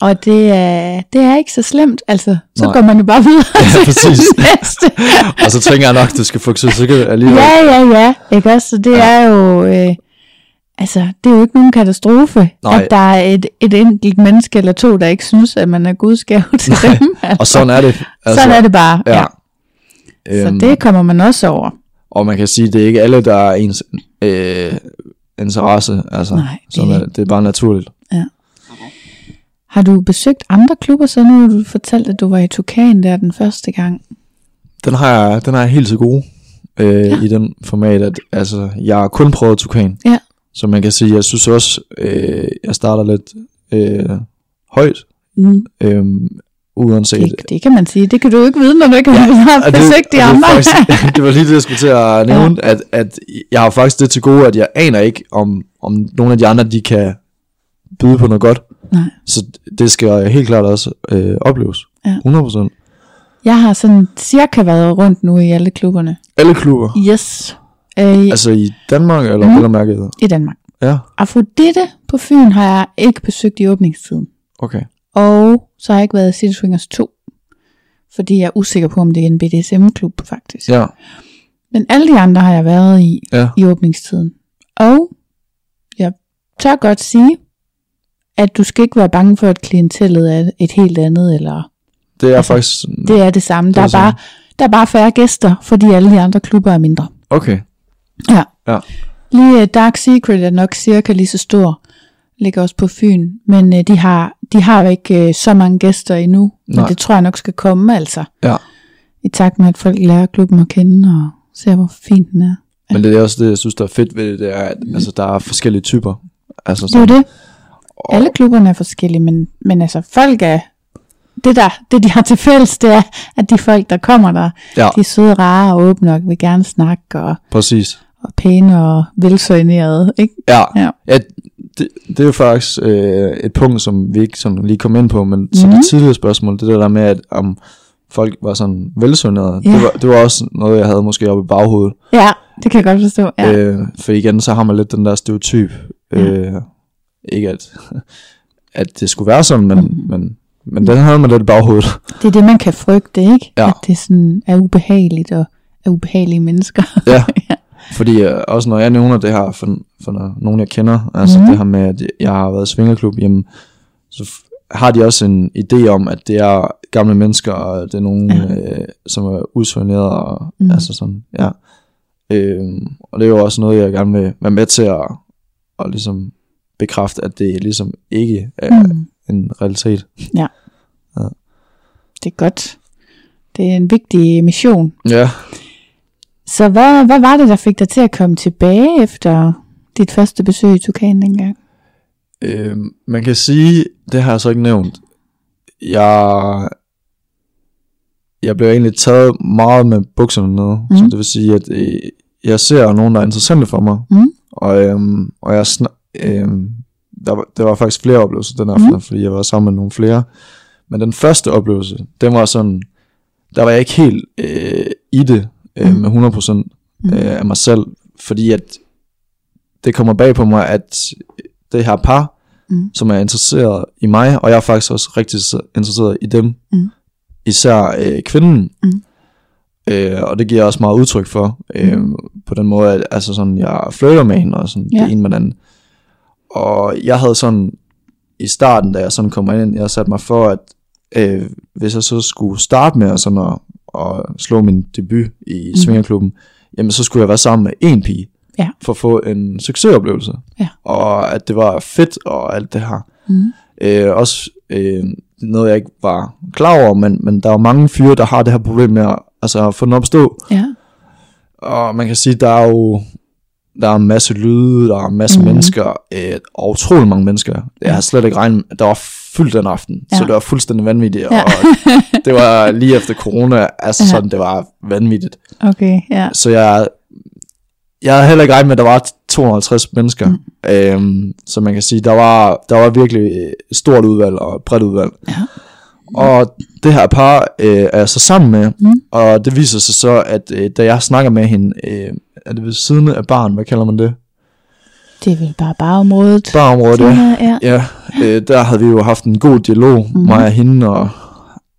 A: og det er, det er ikke så slemt. Altså, så
B: Nej.
A: går man jo bare videre
B: Ja, præcis.
A: til den [laughs] næste.
B: Og så tænker jeg nok, det skal fokusere
A: [laughs]
B: sikkert alligevel.
A: Ja, ja, ja. Ikke også? Så det ja. er jo... Øh, altså, det er jo ikke nogen katastrofe,
B: Nej.
A: at der er et, et enkelt menneske eller to, der ikke synes, at man er gudskab til Nej. [laughs] dem. Altså,
B: Og sådan er det.
A: altså, sådan er det bare. Ja.
B: Ja.
A: ja. Så
B: Øhm,
A: det kommer man også over.
B: Og man kan sige, det er ikke alle, der er ens øh, interesse. Altså,
A: Nej, det er
B: sådan
A: det
B: er, det er bare naturligt.
A: Har du besøgt andre klubber, så nu har du fortalt, at du var i Tukan der den første gang?
B: Den har jeg, den har jeg helt til gode øh, ja. i den format, at altså, jeg har kun prøvet Tukan.
A: Ja.
B: Så man kan sige, jeg synes også, øh, jeg starter lidt øh, højt,
A: Mm,
B: øh, uanset...
A: det, det kan man sige. Det kan du jo ikke vide, når du ikke Øh, ja, har
B: Og det-
A: besøgt de
B: og
A: andre.
B: Det, var faktisk, [laughs] det var lige det, jeg skulle til at nævne, ja. at, at jeg har faktisk det til gode, at jeg aner ikke, om, om nogle af de andre, de kan byde på noget godt.
A: Nej.
B: Så det skal helt klart også øh, opleves.
A: Ja.
B: 100%.
A: [laughs] Jeg har sådan cirka været rundt nu i alle klubberne.
B: Alle klubber.
A: Yes. Øh,
B: Altså i Danmark, eller
A: Mhm.
B: mm. eller mærket?
A: I Danmark.
B: Ja,
A: Afrodite på Fyn har jeg ikke besøgt i åbningstiden.
B: okay.
A: Og så har jeg ikke været i City Swingers 2. Fordi jeg er usikker på, om det er en BDSM-klub faktisk.
B: Ja,
A: Men alle de andre har jeg været i
B: ja.
A: i åbningstiden. Og jeg tør godt sige, at du skal ikke være bange for, at klientellet er et helt andet, eller
B: Det er
A: Altså,
B: altså, faktisk...
A: det er det samme. Der
B: er
A: er, bare, der er bare færre gæster, fordi alle de andre klubber er mindre.
B: Okay,
A: Ja.
B: Ja.
A: Lige uh, Dark Secret er nok cirka lige så stor. Ligger også på Fyn. Men uh, de, har, de har jo ikke uh, så mange gæster endnu. Men
B: Nej.
A: det tror jeg nok skal komme, altså.
B: ja.
A: I takt med, at folk lærer klubben at kende og ser, hvor fin den er.
B: Men det er også det, jeg synes, der er fedt ved det, det er, at altså, der er forskellige typer. Altså,
A: Det er Mhm. jo
B: sådan-
A: det. Alle klubberne er forskellige, men, men altså folk er... Det, der, det de har til fælles, det er, at de folk, der kommer der,
B: Ja,
A: de er søde, rare og åbne og vil gerne snakke og,
B: præcis.
A: og pæne og velsoignerede. Ikke?
B: Ja,
A: Ja.
B: ja det, det er jo faktisk øh, et punkt, som vi ikke sådan lige kom ind på, men som
A: Mhm.
B: det tidligere spørgsmål, det der med, at om folk var sådan velsundede,
A: Ja.
B: det, var, det var også noget, jeg havde måske oppe i baghovedet.
A: Ja, det kan jeg godt forstå. Ja. Øh,
B: Øh, for igen, så har man lidt den der stereotyp. Øh, ikke at, [laughs] at det skulle være sådan, men,
A: Mhm.
B: mm. men, men den havde man lidt i baghovedet.
A: det er det, man kan frygte, ikke?
B: Ja.
A: At det sådan er ubehageligt og er ubehagelige mennesker. [laughs]
B: [laughs] ja. Fordi øh, også når jeg nævner det her for, for no- nogen, jeg kender, altså mm. det her med, at jeg har været i svingerklub, jamen, så f- har de også en idé om, at det er gamle mennesker, og det er nogen, ja. øh, som er udsvinderet, og mm. altså sådan, ja. Øhm, og det er jo også noget, jeg gerne vil være med til at, at ligesom bekræfte, at det ligesom ikke er mm. en realitet.
A: Ja.
B: Ja.
A: Det er godt. Det er en vigtig mission.
B: Ja.
A: Så hvad, hvad var det, der fik dig til at komme tilbage efter dit første besøg i Tukan dengang?
B: Øhm, man kan sige, det har jeg så ikke nævnt. Jeg, jeg blev egentlig taget meget med bukserne nede. Mm. Så det vil sige, at øh, jeg ser nogen, der er interessante for mig.
A: Mm.
B: Og, øhm, og jeg sna- øhm, der, var, der var faktisk flere oplevelser den aften, mm. fordi jeg var sammen med nogle flere. Men den første oplevelse, den var sådan, der var jeg ikke helt øh, i det øh, med 100% øh, af mig selv, fordi at det kommer bag på mig, at det her par,
A: Mm.
B: mm. som er interesseret i mig, og jeg er faktisk også rigtig s- interesseret i dem,
A: Mm.
B: især øh, kvinden.
A: Mm.
B: Øh, og det giver jeg også meget udtryk for, øh, på den måde, at altså sådan, jeg flytter med hende, og sådan
A: Ja.
B: ja. det ene med den anden. Og jeg havde sådan, i starten, da jeg sådan kommer ind, jeg satte mig for, at øh, hvis jeg så skulle starte med at, sådan at, at slå min debut i mm. Svingerklubben, jamen så skulle jeg være sammen med en pige,
A: Ja.
B: for at få en succesoplevelse.
A: Ja.
B: Og at det var fedt, og alt det her.
A: Mm.
B: Øh, også øh, noget, jeg ikke var klar over, men, men der er jo mange fyre, der har det her problem med at, altså, at få den op at stå.
A: Ja.
B: Og man kan sige, der er jo der er en masse lyde, der er en masse
A: Mhm.
B: mm. mennesker, øh, og utrolig mange mennesker. Jeg har slet ikke regnet med, at der var fyldt den aften, ja.
A: Ja.
B: så det var fuldstændig vanvittigt,
A: Ja.
B: ja. og det var lige efter corona, altså
A: Ja.
B: ja. sådan, det var vanvittigt.
A: Okay, ja.
B: Så jeg, jeg havde heller ikke regnet med, at der var 250 mennesker, mm. øhm, så man kan sige, der var, der var virkelig øh, et stort udvalg og et bredt udvalg.
A: Ja.
B: Og det her par øh, er jeg så sammen med,
A: Mm.
B: og det viser sig så, at øh, da jeg snakker med hende, øh, er det ved siden af barn, hvad kalder man det?
A: Det er vel bare bagområdet.
B: Barområdet, ja.
A: ja. ja. Mhm.
B: Ja, øh, der havde vi jo haft en god dialog, mm-hmm. mig og hende, og,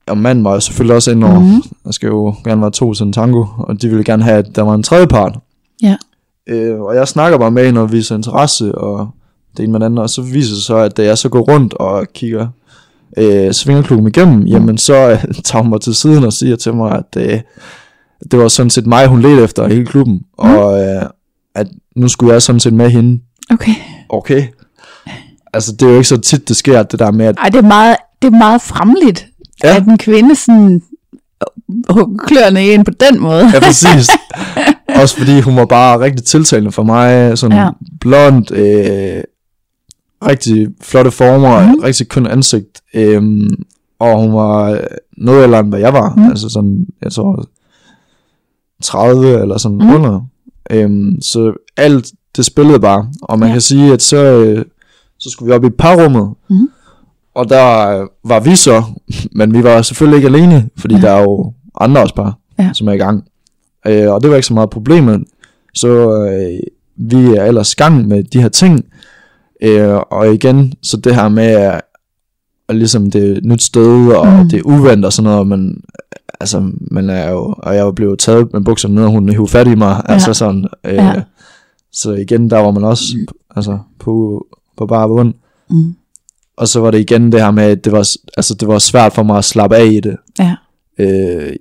B: og manden var jo selvfølgelig også inde over.
A: Mhm.
B: Mm-hmm. Der skal jo gerne være to til en tango, og de ville gerne have, at der var en tredje part.
A: Ja.
B: Øh, og jeg snakker bare med hende og viser interesse, og det ene med det andet, og så viser det sig, at da jeg så går rundt og kigger øh, svingerklubben igennem, jamen så øh, [laughs] tager hun mig til siden og siger til mig, at øh, det var sådan set mig, hun ledte efter i hele klubben,
A: Mhm.
B: og øh, at nu skulle jeg sådan set med hende
A: Okay.
B: okay. Altså, det er jo ikke så tit, det sker, det der med, at
A: Ej, det er meget, det er meget fremligt, ja.
B: Ja.
A: at en kvinde sådan hugger kløerne i en på den måde. [laughs]
B: ja, præcis. Også fordi hun var bare rigtig tiltalende for mig, sådan
A: Ja.
B: ja. blond, øh, rigtig flotte former,
A: Mhm.
B: mm. rigtig køn ansigt, øh, og hun var øh, noget eller andet, hvad jeg var,
A: Mhm.
B: mm. altså sådan, jeg tror, 30 eller
A: Mhm.
B: sådan mm. under. Øhm, så alt, det spillede bare, og man
A: Ja.
B: ja. kan sige, at så, øh, så skulle vi op i parrummet,
A: Mhm.
B: og der øh, var vi så, men vi var selvfølgelig ikke alene, fordi
A: Mhm.
B: ja. der er jo andre også bare,
A: Ja.
B: ja. som er i gang. Øh, og det var ikke så meget problemet. Så øh, vi er ellers i gang med de her ting. Øh, og igen, så det her med, at, at ligesom det er et nyt sted, og
A: Mm.
B: mm. det er uventet og sådan noget, men altså, man er jo, og jeg blev taget med bukserne ned, og hun hævde fat i mig,
A: Ja.
B: ja. altså sådan. Øh,
A: Ja.
B: ja. Så igen, der var man også altså, på, på bare bund.
A: Mm.
B: Og så var det igen det her med, at det var, altså, det var svært for mig at slappe af i det.
A: Ja.
B: Øh,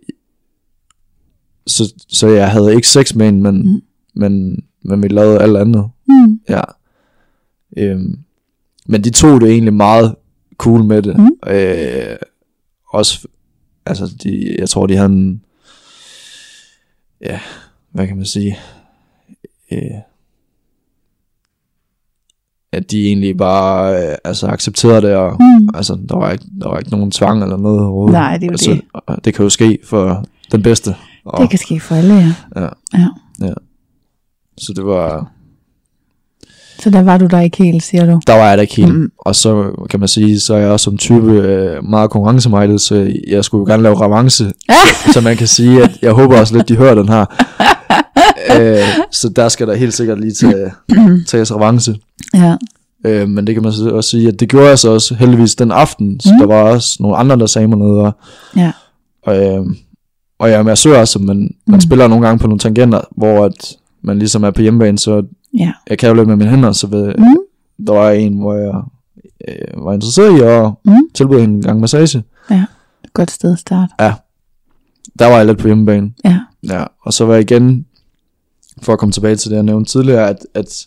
B: så, så jeg havde ikke sex med hende, men,
A: Mm.
B: mm. men, men vi lavede alt andet.
A: Mm.
B: Ja. Øhm, men de tog det egentlig meget cool med det.
A: Mm.
B: Øh, også, altså, de, jeg tror, de havde en, ja, hvad kan man sige, øh, at de egentlig bare øh, altså accepterede det, og
A: Mm.
B: altså, der var, ikke, der var ikke nogen tvang eller noget overhovedet.
A: Nej, det er jo
B: altså,
A: det.
B: og Det kan jo ske for den bedste. Og,
A: Det kan ske for alle, ja.
B: ja,
A: ja.
B: så det var,
A: Så der var du der ikke helt, siger du.
B: der var jeg da ikke helt.
A: Mm.
B: Mm. Og så kan man sige, så er jeg også som type øh, meget konkurrencemejlet, så jeg skulle jo gerne lave revanche. så man kan sige, at jeg håber også lidt, de hører
A: [laughs]
B: den her. øh, så der skal der helt sikkert lige tage, tages revanche.
A: Ja.
B: Øh, men det kan man så også sige, at det gjorde jeg så også heldigvis den aften. Så
A: Mm.
B: der var også nogle andre, der sagde mig noget. Og,
A: Ja.
B: og, øh, og jeg er massør, så man, mm. man spiller nogle gange på nogle tangenter, hvor at man ligesom er på hjemmebane, så
A: Ja.
B: jeg kan jo løbe med mine hænder, så ved, mm. der var en, hvor jeg øh, var interesseret i at
A: Mm.
B: mm. tilbyde hende en gang massage.
A: godt sted at starte.
B: Der var jeg lidt på hjemmebane.
A: Ja.
B: Ja, og så var jeg igen, for at komme tilbage til det, jeg nævnte tidligere, at, at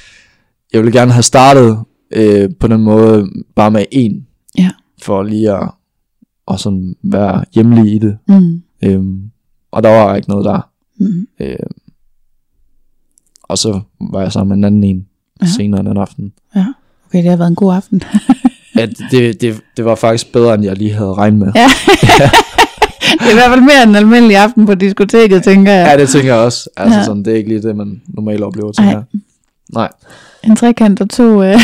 B: [laughs] jeg ville gerne have startet øh, på den måde, bare med en,
A: Ja.
B: for lige at og sådan være hjemlig i det.
A: Mm.
B: Øhm, og der var ikke noget der.
A: Mm.
B: Øhm, og så var jeg sammen med en anden en
A: Ja.
B: ja. senere den aften.
A: Okay, det har været en god aften.
B: Ja, det, det, det var faktisk bedre, end jeg lige havde regnet med.
A: Ja. det er [laughs] i hvert fald mere end en almindelig aften på diskoteket, tænker jeg.
B: Ja, det tænker jeg også. Altså
A: Ja.
B: ja. sådan, det er ikke lige det, man normalt oplever,
A: Nej.
B: tænker jeg. Nej.
A: En trekant og to, øh, [laughs]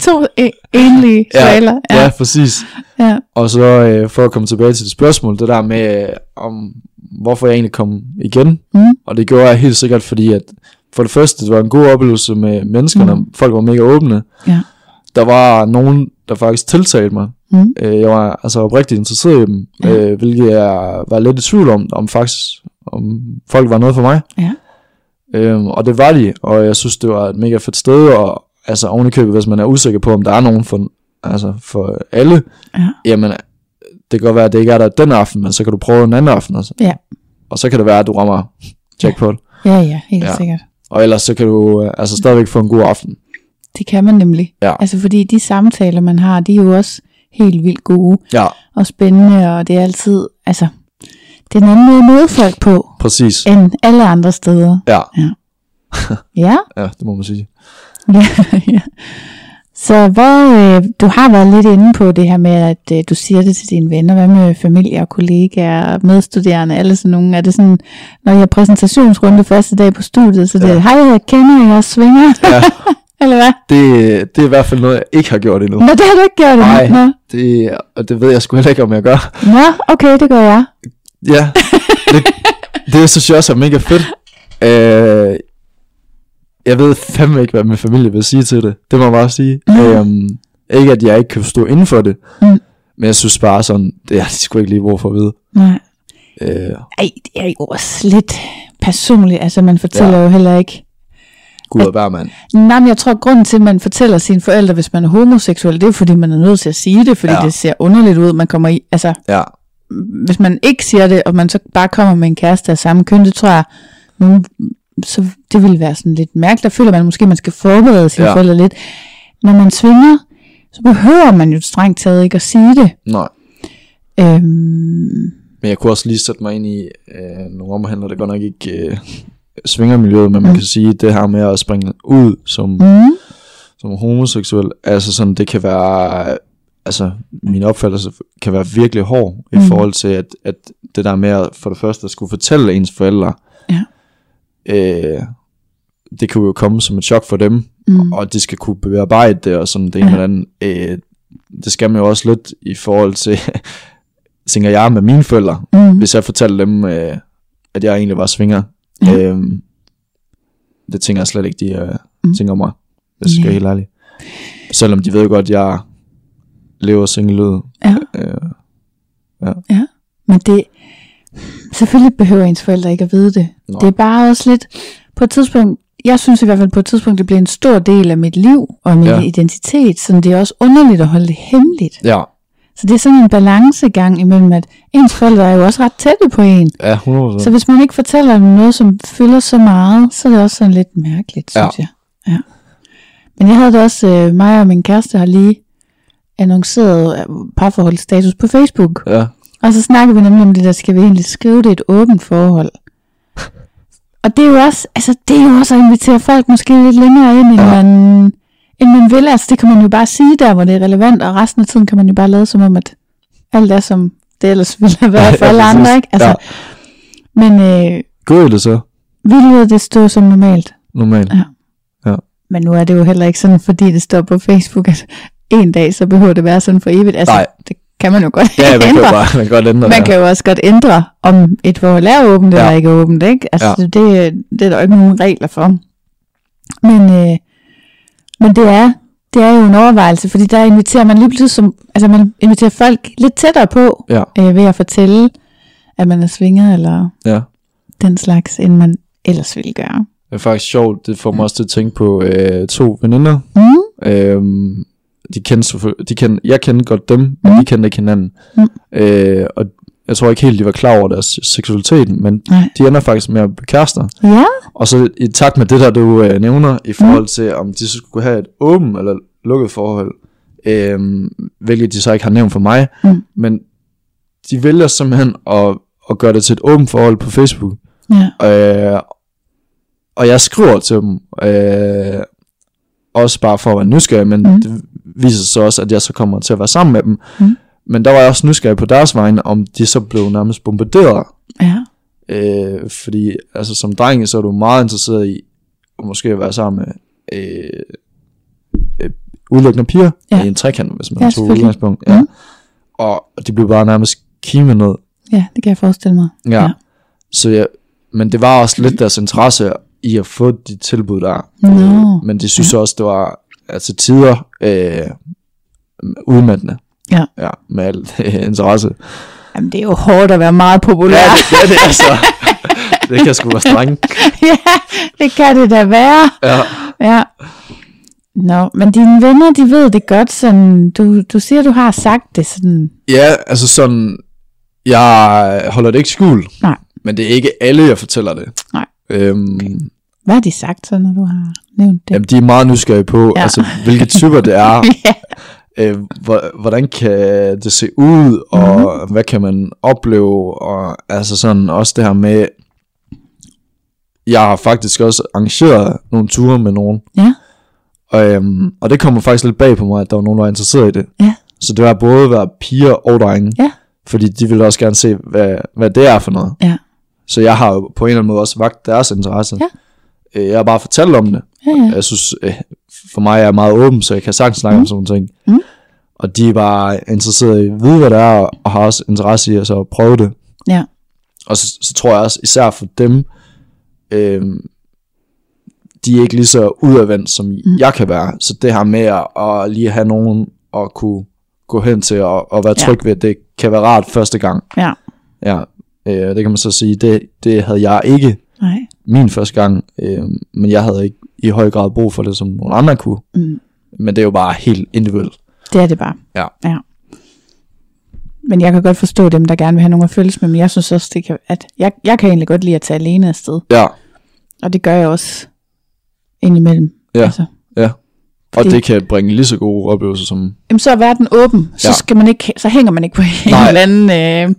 A: to e- enlige
B: Ja,
A: svaler.
B: Ja, ja præcis.
A: ja.
B: Og så øh, for at komme tilbage til det spørgsmål, det der med, øh, om hvorfor jeg egentlig kom igen.
A: Mm.
B: Og det gjorde jeg helt sikkert, fordi at for det første, det var en god oplevelse med menneskerne.
A: Mm.
B: Mm. Folk var mega åbne.
A: Ja.
B: Der var nogen, der faktisk tiltalte mig.
A: Mm.
B: Øh, jeg var altså oprigtigt interesseret i dem,
A: Ja.
B: ja. øh, hvilket jeg var lidt i tvivl om, om faktisk om folk var noget for mig.
A: Ja.
B: Øhm, og det var de, og jeg synes, det var et mega fedt sted, og altså ovenikøbet, hvis man er usikker på, om der er nogen for, altså, for alle,
A: Ja.
B: jamen, det kan godt være, at det ikke er der den aften, men så kan du prøve en anden aften, altså.
A: Ja.
B: og så kan det være, at du rammer jackpot. Ja.
A: ja, ja, helt ja.
B: Ja.
A: sikkert.
B: Og ellers så kan du øh, altså stadigvæk få en god aften.
A: Det kan man nemlig.
B: Ja.
A: Altså fordi de samtaler, man har, de er jo også helt vildt gode
B: Ja,
A: og spændende, og det er altid, altså, det er en anden måde at møde folk på,
B: præcis.
A: end alle andre steder.
B: Ja,
A: Ja,
B: ja det må man sige.
A: ja, [laughs] ja. Så hvor, øh, du har været lidt inde på det her med, at øh, du siger det til dine venner, hvad med familie og kollegaer og medstuderende, alle sådan nogle, er det sådan, når jeg har præsentationsrunde første dag på studiet, så det er, ja. hej, jeg kender, jeg svinger,
B: Ja.
A: [laughs] eller hvad?
B: Det, det er i hvert fald noget, jeg ikke har gjort endnu.
A: Nå, det har du ikke gjort endnu.
B: Nej.
A: Nå.
B: Det, og det ved jeg sgu heller ikke, om jeg gør.
A: Nå, okay, det gør jeg.
B: Ja, det, det synes jeg også er mega fedt. Øh, jeg ved fandme ikke, hvad min familie vil sige til det. Det må jeg bare sige.
A: Mm.
B: Øhm, ikke, at jeg ikke kan stå inden for det.
A: Mm.
B: Men jeg synes bare sådan, det er de sgu ikke lige brug for at vide.
A: Nej.
B: Øh,
A: Ej, det er jo også lidt personligt. Altså, man fortæller ja. jo heller ikke...
B: Gud og hver mand.
A: Nej, men jeg tror, at grunden til, at man fortæller sine forældre, hvis man er homoseksuel, det er, fordi man er nødt til at sige det, fordi ja.
B: Ja.
A: det ser underligt ud. Man kommer i, altså,
B: Ja,
A: hvis man ikke siger det, og man så bare kommer med en kæreste af samme køn, det tror jeg, nogen, så det ville være sådan lidt mærkeligt. Der føler man måske, at man skal forberede sine ja.
B: Ja.
A: forældre lidt. Når man svinger, så behøver man jo strengt taget ikke at sige det.
B: nej.
A: Øhm,
B: Men jeg kunne også lige sætte mig ind i øh, nogle omhandler, der godt nok ikke øh, svinger miljøet, men man kan sige, det her med at springe ud som,
A: mm,
B: som homoseksuel, altså sådan, det kan være, altså min opfattelse kan være virkelig hård i
A: Mm.
B: forhold til, at, at det der med at for det første skulle fortælle ens forældre,
A: Ja.
B: øh, det kunne jo komme som et chok for dem,
A: mm,
B: og de skal kunne bearbejde det, og sådan det ene
A: Ja.
B: ja. eller andet. Øh, det skal man jo også lidt i forhold til, [laughs] tænker jeg med mine forældre,
A: mm.
B: hvis jeg fortalte dem, øh, at jeg egentlig var svinger.
A: Ja.
B: Ja. Øhm, det tænker jeg slet ikke, de øh,
A: Mm.
B: tænker om mig, hvis jeg skal
A: Ja.
B: være helt ærlig. Selvom de ved godt, at jeg lever single
A: Ja.
B: Øh,
A: Men det, selvfølgelig behøver ens forældre ikke at vide det.
B: Nå.
A: Det er bare også lidt, på et tidspunkt, jeg synes i hvert fald på et tidspunkt, det blev en stor del af mit liv og min ja.
B: Ja.
A: identitet, så det er også underligt at holde det hemmeligt.
B: ja.
A: Så det er sådan en balancegang imellem, at ens forældre er jo også ret tætte på en.
B: ja, 100%.
A: Så hvis man ikke fortæller dem noget, som fylder så meget, så er det også sådan lidt mærkeligt,
B: Ja.
A: synes jeg. Ja. Men jeg havde det også, øh, mig og min kæreste har lige annonceret øh, parforholdsstatus på Facebook.
B: ja.
A: Og så snakker vi nemlig om det der, skal vi egentlig skrive det i et åbent forhold? Og det er jo også, altså det er jo også at invitere folk måske lidt længere ind, end, ja.
B: Ja.
A: man, end man vil. Altså det kan man jo bare sige der, hvor det er relevant, og resten af tiden kan man jo bare lade som om, at alt er som det ellers ville have
B: [laughs]
A: været for
B: Ja,
A: alle
B: præcis.
A: andre, ikke? Altså,
B: Ja.
A: ja. Men øh,
B: God idé så,
A: vi lader det stå som normalt.
B: normalt.
A: Ja. Men nu er det jo heller ikke sådan, fordi det står på Facebook, at en dag, så behøver det være sådan for evigt. Altså,
B: Nej.
A: det kan man jo godt
B: Ja, man kan
A: ændre.
B: jo bare man kan godt ændre
A: Man
B: det.
A: kan jo også godt ændre, om et forhold er åbent ja. eller ikke er åbent, ikke? Altså, ja.
B: Ja.
A: det, det er der jo ikke nogen regler for. Men, øh, men det, er, det er jo en overvejelse, fordi der inviterer man lige pludselig som, altså man inviterer folk lidt tættere på,
B: Ja,
A: øh, ved at fortælle, at man er svinger eller
B: ja.
A: den slags, end man ellers ville gøre. Mm.
B: Det er faktisk sjovt, det får mig også til at tænke på øh, to veninder,
A: Mm.
B: øhm, de kendte, selvføl- de kendte, jeg kendte godt dem, men
A: Mm.
B: de kendte ikke hinanden.
A: Mm.
B: Øh, og jeg tror ikke helt, de var klar over deres seksualitet, men
A: Nej.
B: de ender faktisk med at blive kærester.
A: Ja.
B: Og så i takt med det der, du øh, nævner,
A: Mm.
B: i forhold til, om de så skulle have et åbent eller lukket forhold, øh, hvilket de så ikke har nævnt for mig,
A: Mm.
B: men de vælger simpelthen at, at gøre det til et åbent forhold på Facebook.
A: Ja.
B: Øh, og jeg skriver til dem, øh, også bare for at være nysgerrig, men
A: Mhm.
B: mm. det viser sig så også, at jeg så kommer til at være sammen med dem.
A: Mhm.
B: Men der var jeg også nysgerrig på deres vegne, om de så blev nærmest bombarderet.
A: Ja.
B: Øh, fordi altså, som dreng, så er du meget interesseret i, at måske at være sammen med øh, øh, udelukkende piger
A: Ja.
B: ja. i en trekant, hvis man
A: Ja,
B: ja, tog
A: selvfølgelig.
B: udgangspunkt. Ja.
A: Mhm.
B: Mm. Og de blev bare nærmest kimet ned.
A: Ja, det kan jeg forestille mig.
B: Ja.
A: Ja.
B: ja. Så ja, men det var også lidt deres interesse i at få de tilbud der.
A: Nå.
B: Men de synes ja. også, det var altså tider øh, udmattende.
A: Ja.
B: ja. Med al øh, interesse. [laughs]
A: Jamen, det er jo hårdt at være meget populær.
B: Ja, det, ja, det er så. det kan sgu være strenge.
A: ja, [laughs] det kan det da være.
B: Ja.
A: Ja. Nå, men dine venner, de ved det godt, sådan, du, du siger, du har sagt det sådan,
B: ja, altså sådan, jeg holder det ikke skjult.
A: Nej.
B: Men det er ikke alle, jeg fortæller det.
A: Nej.
B: Øhm,
A: hvad har de sagt så, når du har nævnt det?
B: Jamen, de er meget nysgerrige på,
A: Ja.
B: ja. altså, hvilke typer det er,
A: [laughs] Ja.
B: øh, hvor- hvordan kan det se ud, og
A: Mhm.
B: mm-hmm. hvad kan man opleve, og altså sådan også det her med, jeg har faktisk også arrangeret nogle ture med nogen,
A: Ja.
B: og, øhm, og det kommer faktisk lidt bag på mig, at der var nogen, der var interesseret i det.
A: Ja.
B: Så det var både være piger og drenge,
A: Ja.
B: fordi de ville også gerne se, hvad, hvad det er for noget.
A: Ja.
B: Så jeg har jo på en eller anden måde også vagt deres interesse.
A: Ja.
B: Øh, Jeg har bare fortalt om det,
A: Ja, ja.
B: jeg synes, øh, for mig er jeg meget åben, så jeg kan sagtens snakke mm. om sådan nogle ting.
A: Mm.
B: Og de er bare interesserede i at vide, hvad det er, og- og har også interesse i at så prøve det.
A: Ja.
B: Og så, så tror jeg også, især for dem, øh, de er ikke lige så udadvendt, som mm. jeg kan være. Så det her med at, at lige have nogen at kunne gå hen til og, og være
A: Ja.
B: tryg ved, det kan være rart første gang.
A: Ja.
B: Ja, øh, det kan man så sige, det, det havde jeg ikke
A: Nej.
B: min første gang, øh, men jeg havde ikke i høj grad brug for det, som nogle andre kunne.
A: Mm.
B: Men det er jo bare helt individuelt.
A: Det er det bare.
B: Ja.
A: ja. Men jeg kan godt forstå dem, der gerne vil have nogen at følges med, men jeg synes også, det kan, at jeg, jeg kan egentlig godt lide at tage alene afsted,
B: Ja,
A: og det gør jeg også indimellem.
B: Ja.
A: Altså,
B: ja. Og
A: Fordi-
B: det kan bringe lige så gode oplevelser som...
A: jamen, så er verden åben, så,
B: Ja.
A: skal man ikke, så hænger man ikke på [laughs] en
B: Nej.
A: eller anden... Øh,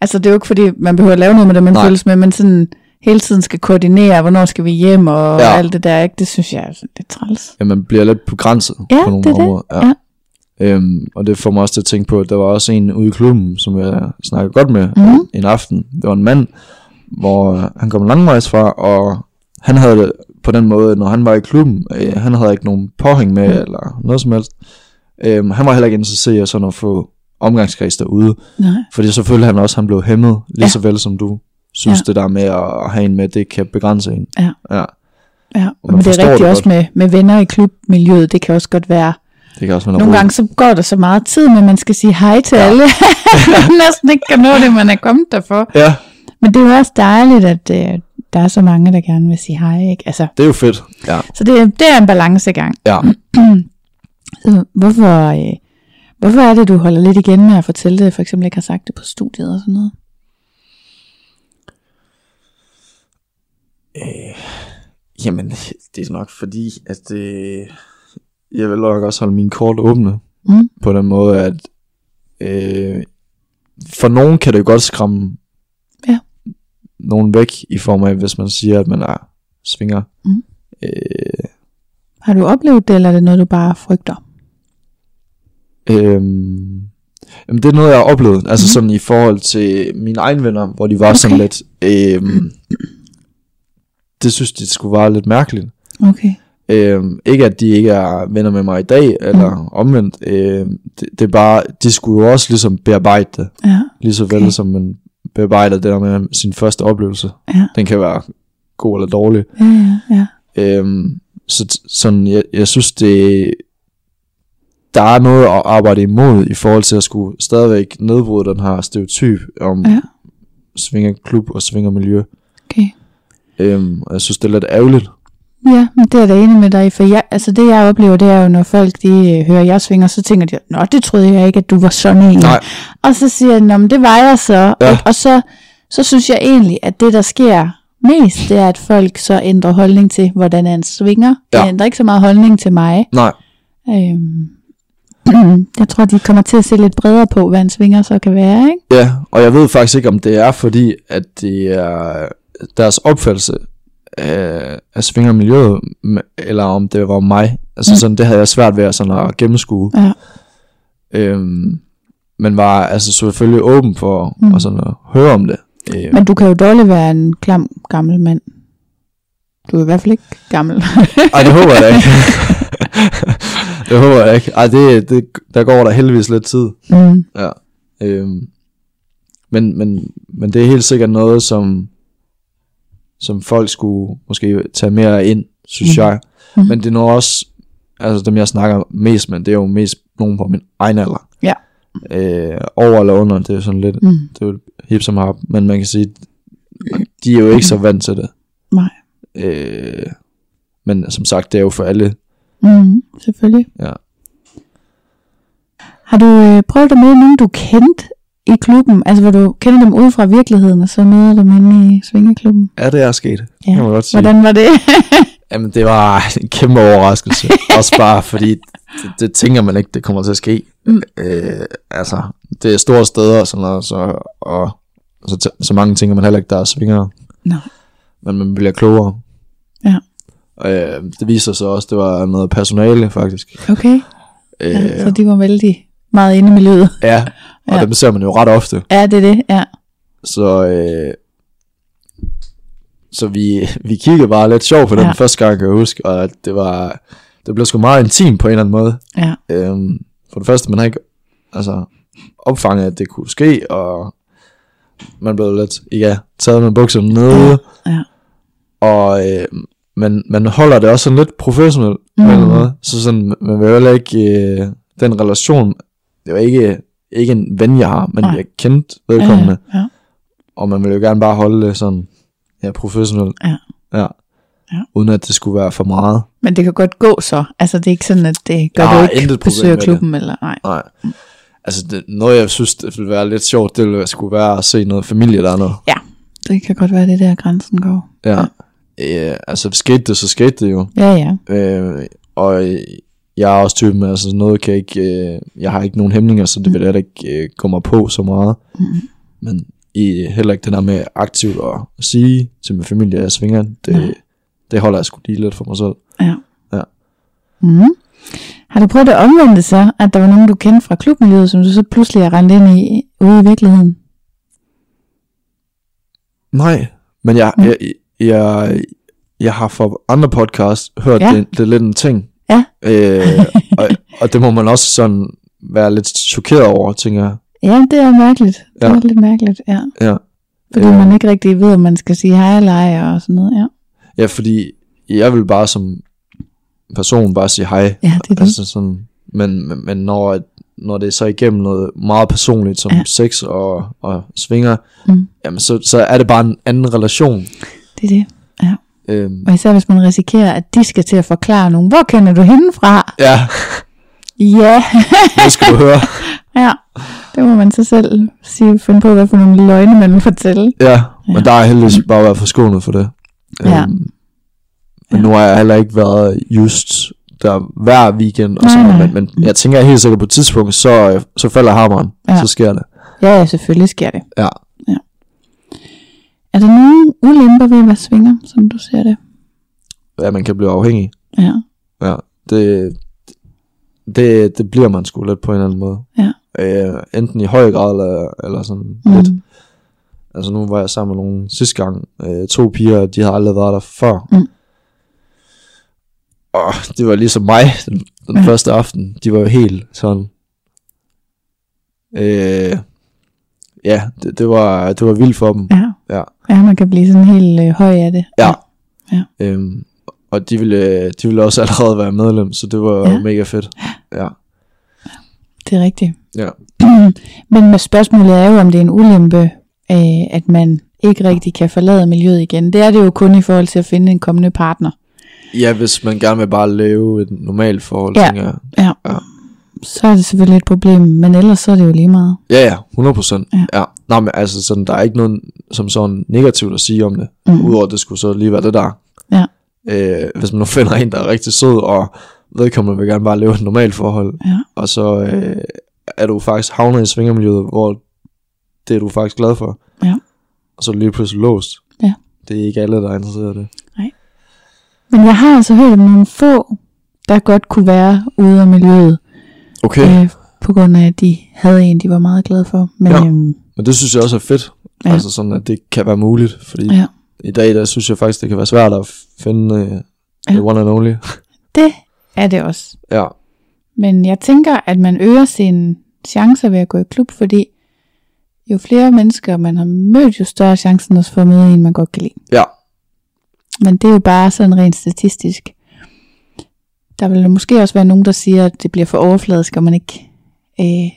A: altså, det er jo ikke, fordi man behøver at lave noget med det, man
B: Nej.
A: følges med, men sådan hele tiden skal koordinere, hvornår skal vi hjem og ja.
B: Ja.
A: alt det der, ikke? det synes jeg er sådan lidt træls.
B: Ja, man bliver lidt begrænset
A: Ja,
B: på nogle
A: det er det.
B: områder.
A: Ja.
B: Øhm, og det får mig også til at tænke på, at der var også en ude i klubben, som jeg snakkede godt med
A: Mhm.
B: mm. en aften. Det var en mand, hvor øh, han kom langvejs fra, og han havde det på den måde, når han var i klubben, øh, han havde ikke nogen påhæng med,
A: Mhm.
B: eller noget som helst. Øhm, han var heller ikke interesseret i sådan at få omgangskreds derude.
A: Nej.
B: Fordi så følte han også, at han blev hæmmet, lige
A: Ja.
B: ja. så vel som du synes,
A: Ja.
B: ja. det der med at have en med, det kan begrænse en.
A: Ja.
B: ja.
A: Ja,
B: Og man
A: men det
B: forstår
A: er
B: det
A: rigtigt
B: godt.
A: også med, med venner i klubmiljøet, det kan også godt være.
B: Det kan også være
A: Nogle
B: noget
A: gange så går der så meget tid, men man skal sige hej til ja. alle.
B: [laughs]
A: man næsten ikke kan nå det, man er kommet derfor.
B: rod. Ja,
A: Men det er jo også dejligt, at øh, der er så mange, der gerne vil sige hej. Ikke? Altså,
B: det er jo fedt. Ja.
A: så det, det er en balancegang.
B: Ja.
A: Så hvorfor, øh, hvorfor er det, du holder lidt igen med at fortælle det, for eksempel ikke har sagt det på studiet og sådan noget?
B: Øh, Jamen, det er nok fordi, at øh, jeg vil nok også holde mine kort åbne.
A: Mm.
B: På den måde, at øh, for nogen kan det jo godt skræmme
A: Ja.
B: nogen væk, i form af, hvis man siger, at man er svinger.
A: Mm.
B: Øh,
A: Har du oplevet det, eller er det noget, du bare frygter?
B: Øhm, jamen det er noget, jeg har oplevet. Altså mm. sådan i forhold til mine egne venner, hvor de var okay. sådan
A: Okay.
B: lidt... Øhm, det synes de skulle være lidt mærkeligt.
A: Okay.
B: Øhm, ikke at de ikke er venner med mig i dag, eller mm. omvendt. Øhm, det, det er bare, de skulle jo også ligesom bearbejde det.
A: Ja,
B: Lige så vel
A: Okay.
B: okay. som man bearbejder det der med sin første oplevelse.
A: Ja.
B: Den kan være god eller dårlig.
A: ja, ja. ja.
B: Øhm, så t- sådan, jeg, jeg synes, det, der er noget at arbejde imod i forhold til at skulle stadigvæk nedbryde den her stereotyp om
A: Ja.
B: ja. svingerklub og svingermiljø. Øh,
A: Okay.
B: Øhm, og jeg synes, det er lidt ærgerligt.
A: Ja, men det er jeg da enig med dig, i, for jeg, altså det jeg oplever, det er jo, når folk de øh, hører, jeg svinger, så tænker de, nå, det troede jeg ikke, at du var sådan en.
B: Nej.
A: Og så siger jeg, nå, men det var jeg så.
B: Ja.
A: Og, og så, så synes jeg egentlig, at det der sker mest, det er, at folk så ændrer holdning til, hvordan han svinger. De
B: Ja.
A: ændrer ikke så meget holdning til mig.
B: Nej,
A: Øhm, [clears throat] jeg tror, de kommer til at se lidt bredere på, hvad en svinger så kan være, ikke?
B: ja, og jeg ved faktisk ikke, om det er fordi, at det er deres opfattelse af, af svingermiljøet, m- eller om det var mig. Altså sådan, det havde jeg svært ved at, sådan at gennemskue.
A: Mm. Ja.
B: Øhm, men var altså selvfølgelig åben for mm.
A: Mm.
B: at, sådan at høre om det.
A: [laughs]
B: Øh,
A: Men du kan jo dårligt være en klam gammel mand. Du er i hvert fald ikke gammel.
B: Ej, det håber jeg da ikke. det håber jeg da ikke. Ej, det, det, der går der heldigvis lidt tid.
A: [laughs] mm.
B: Ja. Øhm, men, men, men det er helt sikkert noget, som, som folk skulle måske tage mere ind, synes
A: Mhm.
B: mm. jeg.
A: Mhm.
B: Men det er nu også, altså dem jeg snakker mest med, det er jo mest nogen på min egen alder.
A: Ja.
B: Øh, over eller under, det er jo sådan lidt,
A: Mm.
B: det er jo hip som har, men man kan sige, de er jo ikke så vant til det.
A: Nej.
B: Øh, men som sagt, det er jo for alle.
A: Mm, selvfølgelig.
B: Ja.
A: Har du øh, prøvet at møde nogen, du kendte i klubben? Altså, hvor du kender dem ude fra virkeligheden, og så møder dem inde i svingeklubben?
B: Ja, det er sket.
A: Ja.
B: Ja. Det kan man godt sige.
A: Hvordan var [laughs] det?
B: Jamen, det var en kæmpe overraskelse. Også bare fordi, det, det tænker man ikke, det kommer til at ske.
A: Mm.
B: Øh, altså, det er store steder og sådan noget, så, og så, tæ- så mange tænker man heller ikke, der er svinger.
A: Nej.
B: Men man bliver klogere.
A: Ja.
B: Øh, det viser sig også, det var noget personale, faktisk.
A: Okay,
B: Øh,
A: ja,
B: ja,
A: så de var vældig meget inde i miljøet.
B: ja, og
A: Ja.
B: ja. dem ser man jo ret ofte.
A: Ja, det er det, ja.
B: Så, øh, så vi, vi kiggede bare lidt sjovt på den
A: Ja.
B: ja. første gang, kan jeg huske, og det var, det blev sgu meget intimt på en eller anden måde.
A: Ja.
B: Øhm, for det første, man har ikke altså, opfanget, at det kunne ske, og man blev lidt, ja, taget med bukserne nede,
A: ja.
B: og øh, man, man holder det også sådan lidt professionelt,
A: Mhm.
B: mm. eller noget. Så sådan, man vil heller ikke, øh, den relation, det var ikke, ikke en ven, jeg har, men
A: Nej.
B: jeg kendte
A: Ja,
B: vedkommende,
A: ja, ja.
B: og man ville jo gerne bare holde det sådan, ja, professionelt.
A: Ja.
B: Ja.
A: Ja.
B: Uden at det skulle være for meget.
A: Men det kan godt gå så. Altså, det er ikke sådan, at det gør,
B: Jeg
A: du
B: har
A: ikke
B: intet problem
A: besøger
B: med det.
A: klubben, eller nej.
B: Nej. Altså, det, noget jeg synes, det ville være lidt sjovt, det ville skulle være at se noget familie dernede.
A: Ja, det kan godt være, det er der grænsen går.
B: Ja. Øh, altså, skete det, så skete det jo.
A: Ja, ja.
B: Øh, og øh, jeg er også typen, altså noget kan jeg ikke, øh, jeg har ikke nogen hæmninger, så det vil jeg da ikke øh, komme på så meget. Mm. Men i, heller ikke det der med aktivt at sige til min familie, at jeg svinger, det, det holder jeg sgu lige lidt for mig selv.
A: Ja.
B: Ja.
A: Mm. Har du prøvet at omvende det så, at der var nogen, du kendte fra klubmiljøet, som du så pludselig har rendt ind i ude i virkeligheden?
B: Nej, men jeg,
A: Mm.
B: jeg, jeg, jeg har fra andre podcasts hørt,
A: Ja.
B: ja. det, det er lidt en ting.
A: Ja.
B: Øh, og, og det må man også sådan være lidt chokeret over, tænker jeg.
A: Ja, det er mærkeligt. Det
B: Ja.
A: er lidt mærkeligt, ja.
B: Ja.
A: Fordi øh. man ikke rigtig ved, om man skal sige hej eller ej og sådan noget, ja.
B: Ja, fordi jeg vil bare som person bare sige hej.
A: Ja, det er det.
B: Altså sådan, men, men- men når, når det er så igennem noget meget personligt, som
A: Ja.
B: ja. sex og, og svinger,
A: Mm.
B: mm. jamen så, så er det bare en anden relation.
A: Det er det.
B: Øhm,
A: Og især hvis man risikerer, at de skal til at forklare nogen, hvor kender du hende fra?
B: ja,
A: Ja,
B: det skal du høre.
A: ja. Det må man så selv sige, finde på, hvad for nogle løgne man vil fortælle.
B: Ja, men
A: Ja.
B: der har heldigvis bare været forskånet for det.
A: Ja.
B: Øhm, men nu har jeg heller ikke været just der hver weekend, og
A: Nej,
B: sådan,
A: nej.
B: noget, men, men jeg tænker helt sikkert på et tidspunkt, så, så falder hammeren,
A: Ja.
B: ja. så sker det.
A: Ja, ja, selvfølgelig sker det.
B: Ja.
A: ja. Er der nogen ulemper ved at være svinger, som du ser det?
B: At man kan blive afhængig.
A: Ja.
B: Ja, det, det, det bliver man sgu lidt på en eller anden måde.
A: Ja.
B: Øh, enten i høj grad, eller, eller sådan mm. lidt. Altså nu var jeg sammen med nogen sidste gang. Øh, to piger, de har aldrig været der før.
A: Mm.
B: Og det var ligesom mig den, den
A: Ja.
B: ja. første aften. De var jo helt sådan... Øh, ja, det, det, var, det var vildt for dem.
A: Ja.
B: Ja.
A: ja, man kan blive sådan helt øh, høj af det.
B: Ja.
A: Ja.
B: Øhm, og de ville, de ville også allerede være medlem, så det var
A: Ja.
B: ja. mega fedt. Ja.
A: Det er rigtigt. [clears throat]
B: Ja.
A: Men med spørgsmålet er jo, om det er en ulempe, øh, at man ikke rigtig kan forlade miljøet igen. Det er det jo kun i forhold til at finde en kommende partner.
B: Ja, hvis man gerne vil bare leve et normalt forhold,
A: Ja.
B: tænker jeg.
A: Ja.
B: Ja.
A: Så er det selvfølgelig et problem, men ellers så er det jo lige meget.
B: Ja, ja, 100 procent.
A: Ja.
B: Ja. ja. Nå, men altså, sådan, der er ikke noget som sådan negativt at sige om det,
A: Mhm.
B: mm. udover at det skulle så lige være det der.
A: Ja.
B: Øh, hvis man nu finder en, der er rigtig sød, og vedkommende vil gerne bare leve et normalt forhold,
A: Ja.
B: og så øh, er du faktisk havnet i svingermiljøet, hvor det er du faktisk glad for.
A: Ja.
B: Og så er du lige pludselig låst.
A: Ja.
B: Det er ikke alle, der er interesseret i det.
A: Men jeg har altså hørt om nogle få, der godt kunne være ude af miljøet,
B: Okay.
A: øh, på grund af, at de havde en, de var meget glade for. Men
B: Ja.
A: øhm,
B: Men det synes jeg også er fedt.
A: Ja.
B: Ja. Altså sådan, at det kan være muligt. Fordi
A: Ja.
B: ja. i dag, der synes jeg faktisk, det kan være svært at finde øh,
A: Ja.
B: the one and only.
A: det er det også.
B: ja.
A: Men jeg tænker, at man øger sine chancer ved at gå i klub, fordi jo flere mennesker man har mødt, jo større er chancen også for at møde en, man godt kan lide.
B: Ja.
A: Men det er jo bare sådan rent statistisk. Der vil måske også være nogen, der siger, at det bliver for overfladisk, og man ikke øh,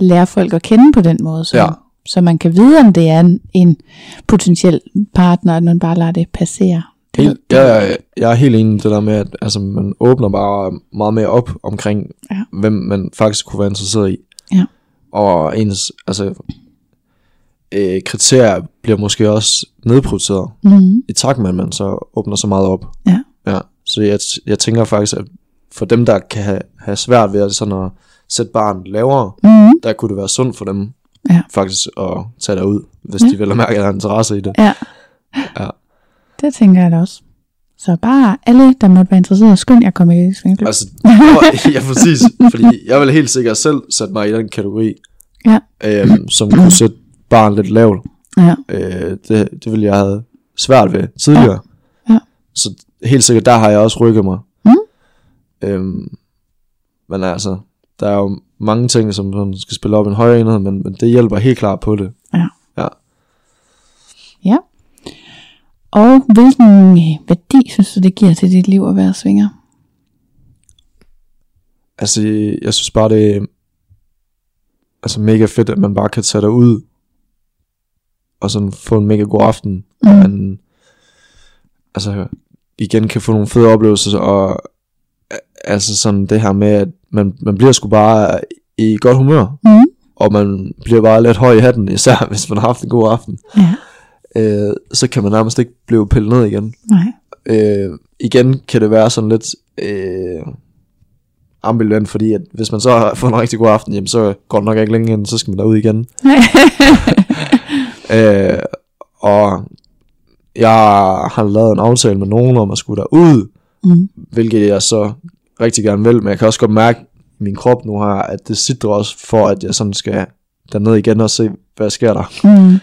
A: lærer folk at kende på den måde. Så,
B: Ja.
A: så man kan vide, om det er en, en potentiel partner, at man bare lader det passere. Det,
B: Helt, jeg, er- jeg er helt enig i det der med, at altså, man åbner bare meget mere op omkring,
A: Ja.
B: ja. hvem man faktisk kunne være interesseret i.
A: Ja.
B: Og ens altså, øh, kriterier bliver måske også nedprioriteret,
A: mm,
B: i takt med, at man så åbner så meget op.
A: Ja.
B: ja. Så jeg, jeg tænker faktisk, at for dem, der kan have, have svært ved at, sådan at sætte barn lavere,
A: mm,
B: der kunne det være sundt for dem
A: Ja.
B: faktisk at tage derud, hvis
A: Ja.
B: ja. de vel og mærke, at der er interesse i det.
A: ja.
B: Ja.
A: Det tænker jeg da også. Så bare alle, der måtte være interesseret, skynd jer at komme i svingeklub.
B: Altså, hvor- [laughs] ja, præcis. Fordi jeg vil helt sikkert selv sætte mig i den kategori,
A: Ja.
B: øhm, som kunne sætte barn lidt lavt.
A: Ja.
B: Øh, det, det ville jeg have svært ved tidligere.
A: Ja. Ja.
B: Så helt sikkert, der har jeg også rykket mig.
A: Mm.
B: Øhm, men altså, der er jo mange ting, som sådan skal spille op i en højere enhed, men, men det hjælper helt klart på det.
A: Ja.
B: Ja.
A: Ja. Og hvilken øh, værdi synes du, det giver til dit liv at være svinger?
B: Altså, jeg synes bare, det er altså, mega fedt, at man bare kan tage derud og sådan få en mega god aften.
A: Mm.
B: Mm. Man, altså, igen kan få nogle fede oplevelser, og a- altså sådan det her med, at man, man bliver sgu bare i godt humør,
A: Mm.
B: og man bliver bare lidt høj i hatten, især [laughs] hvis man har haft en god aften.
A: Ja,
B: Øh, så kan man nærmest ikke blive pillet ned igen
A: nej.
B: øh, igen kan det være sådan lidt øh, ambivalent, fordi at hvis man så får en rigtig god aften, jamen så går det nok ikke længe, inden, så skal man derud
A: [laughs]
B: igen. øh, og jeg har lavet en aftale med nogen om at skulle derud,
A: Mm.
B: hvilket jeg så rigtig gerne vil, men jeg kan også godt mærke i min krop nu her, at det sidder også for, at jeg sådan skal derned igen og se, hvad sker der.
A: Mm.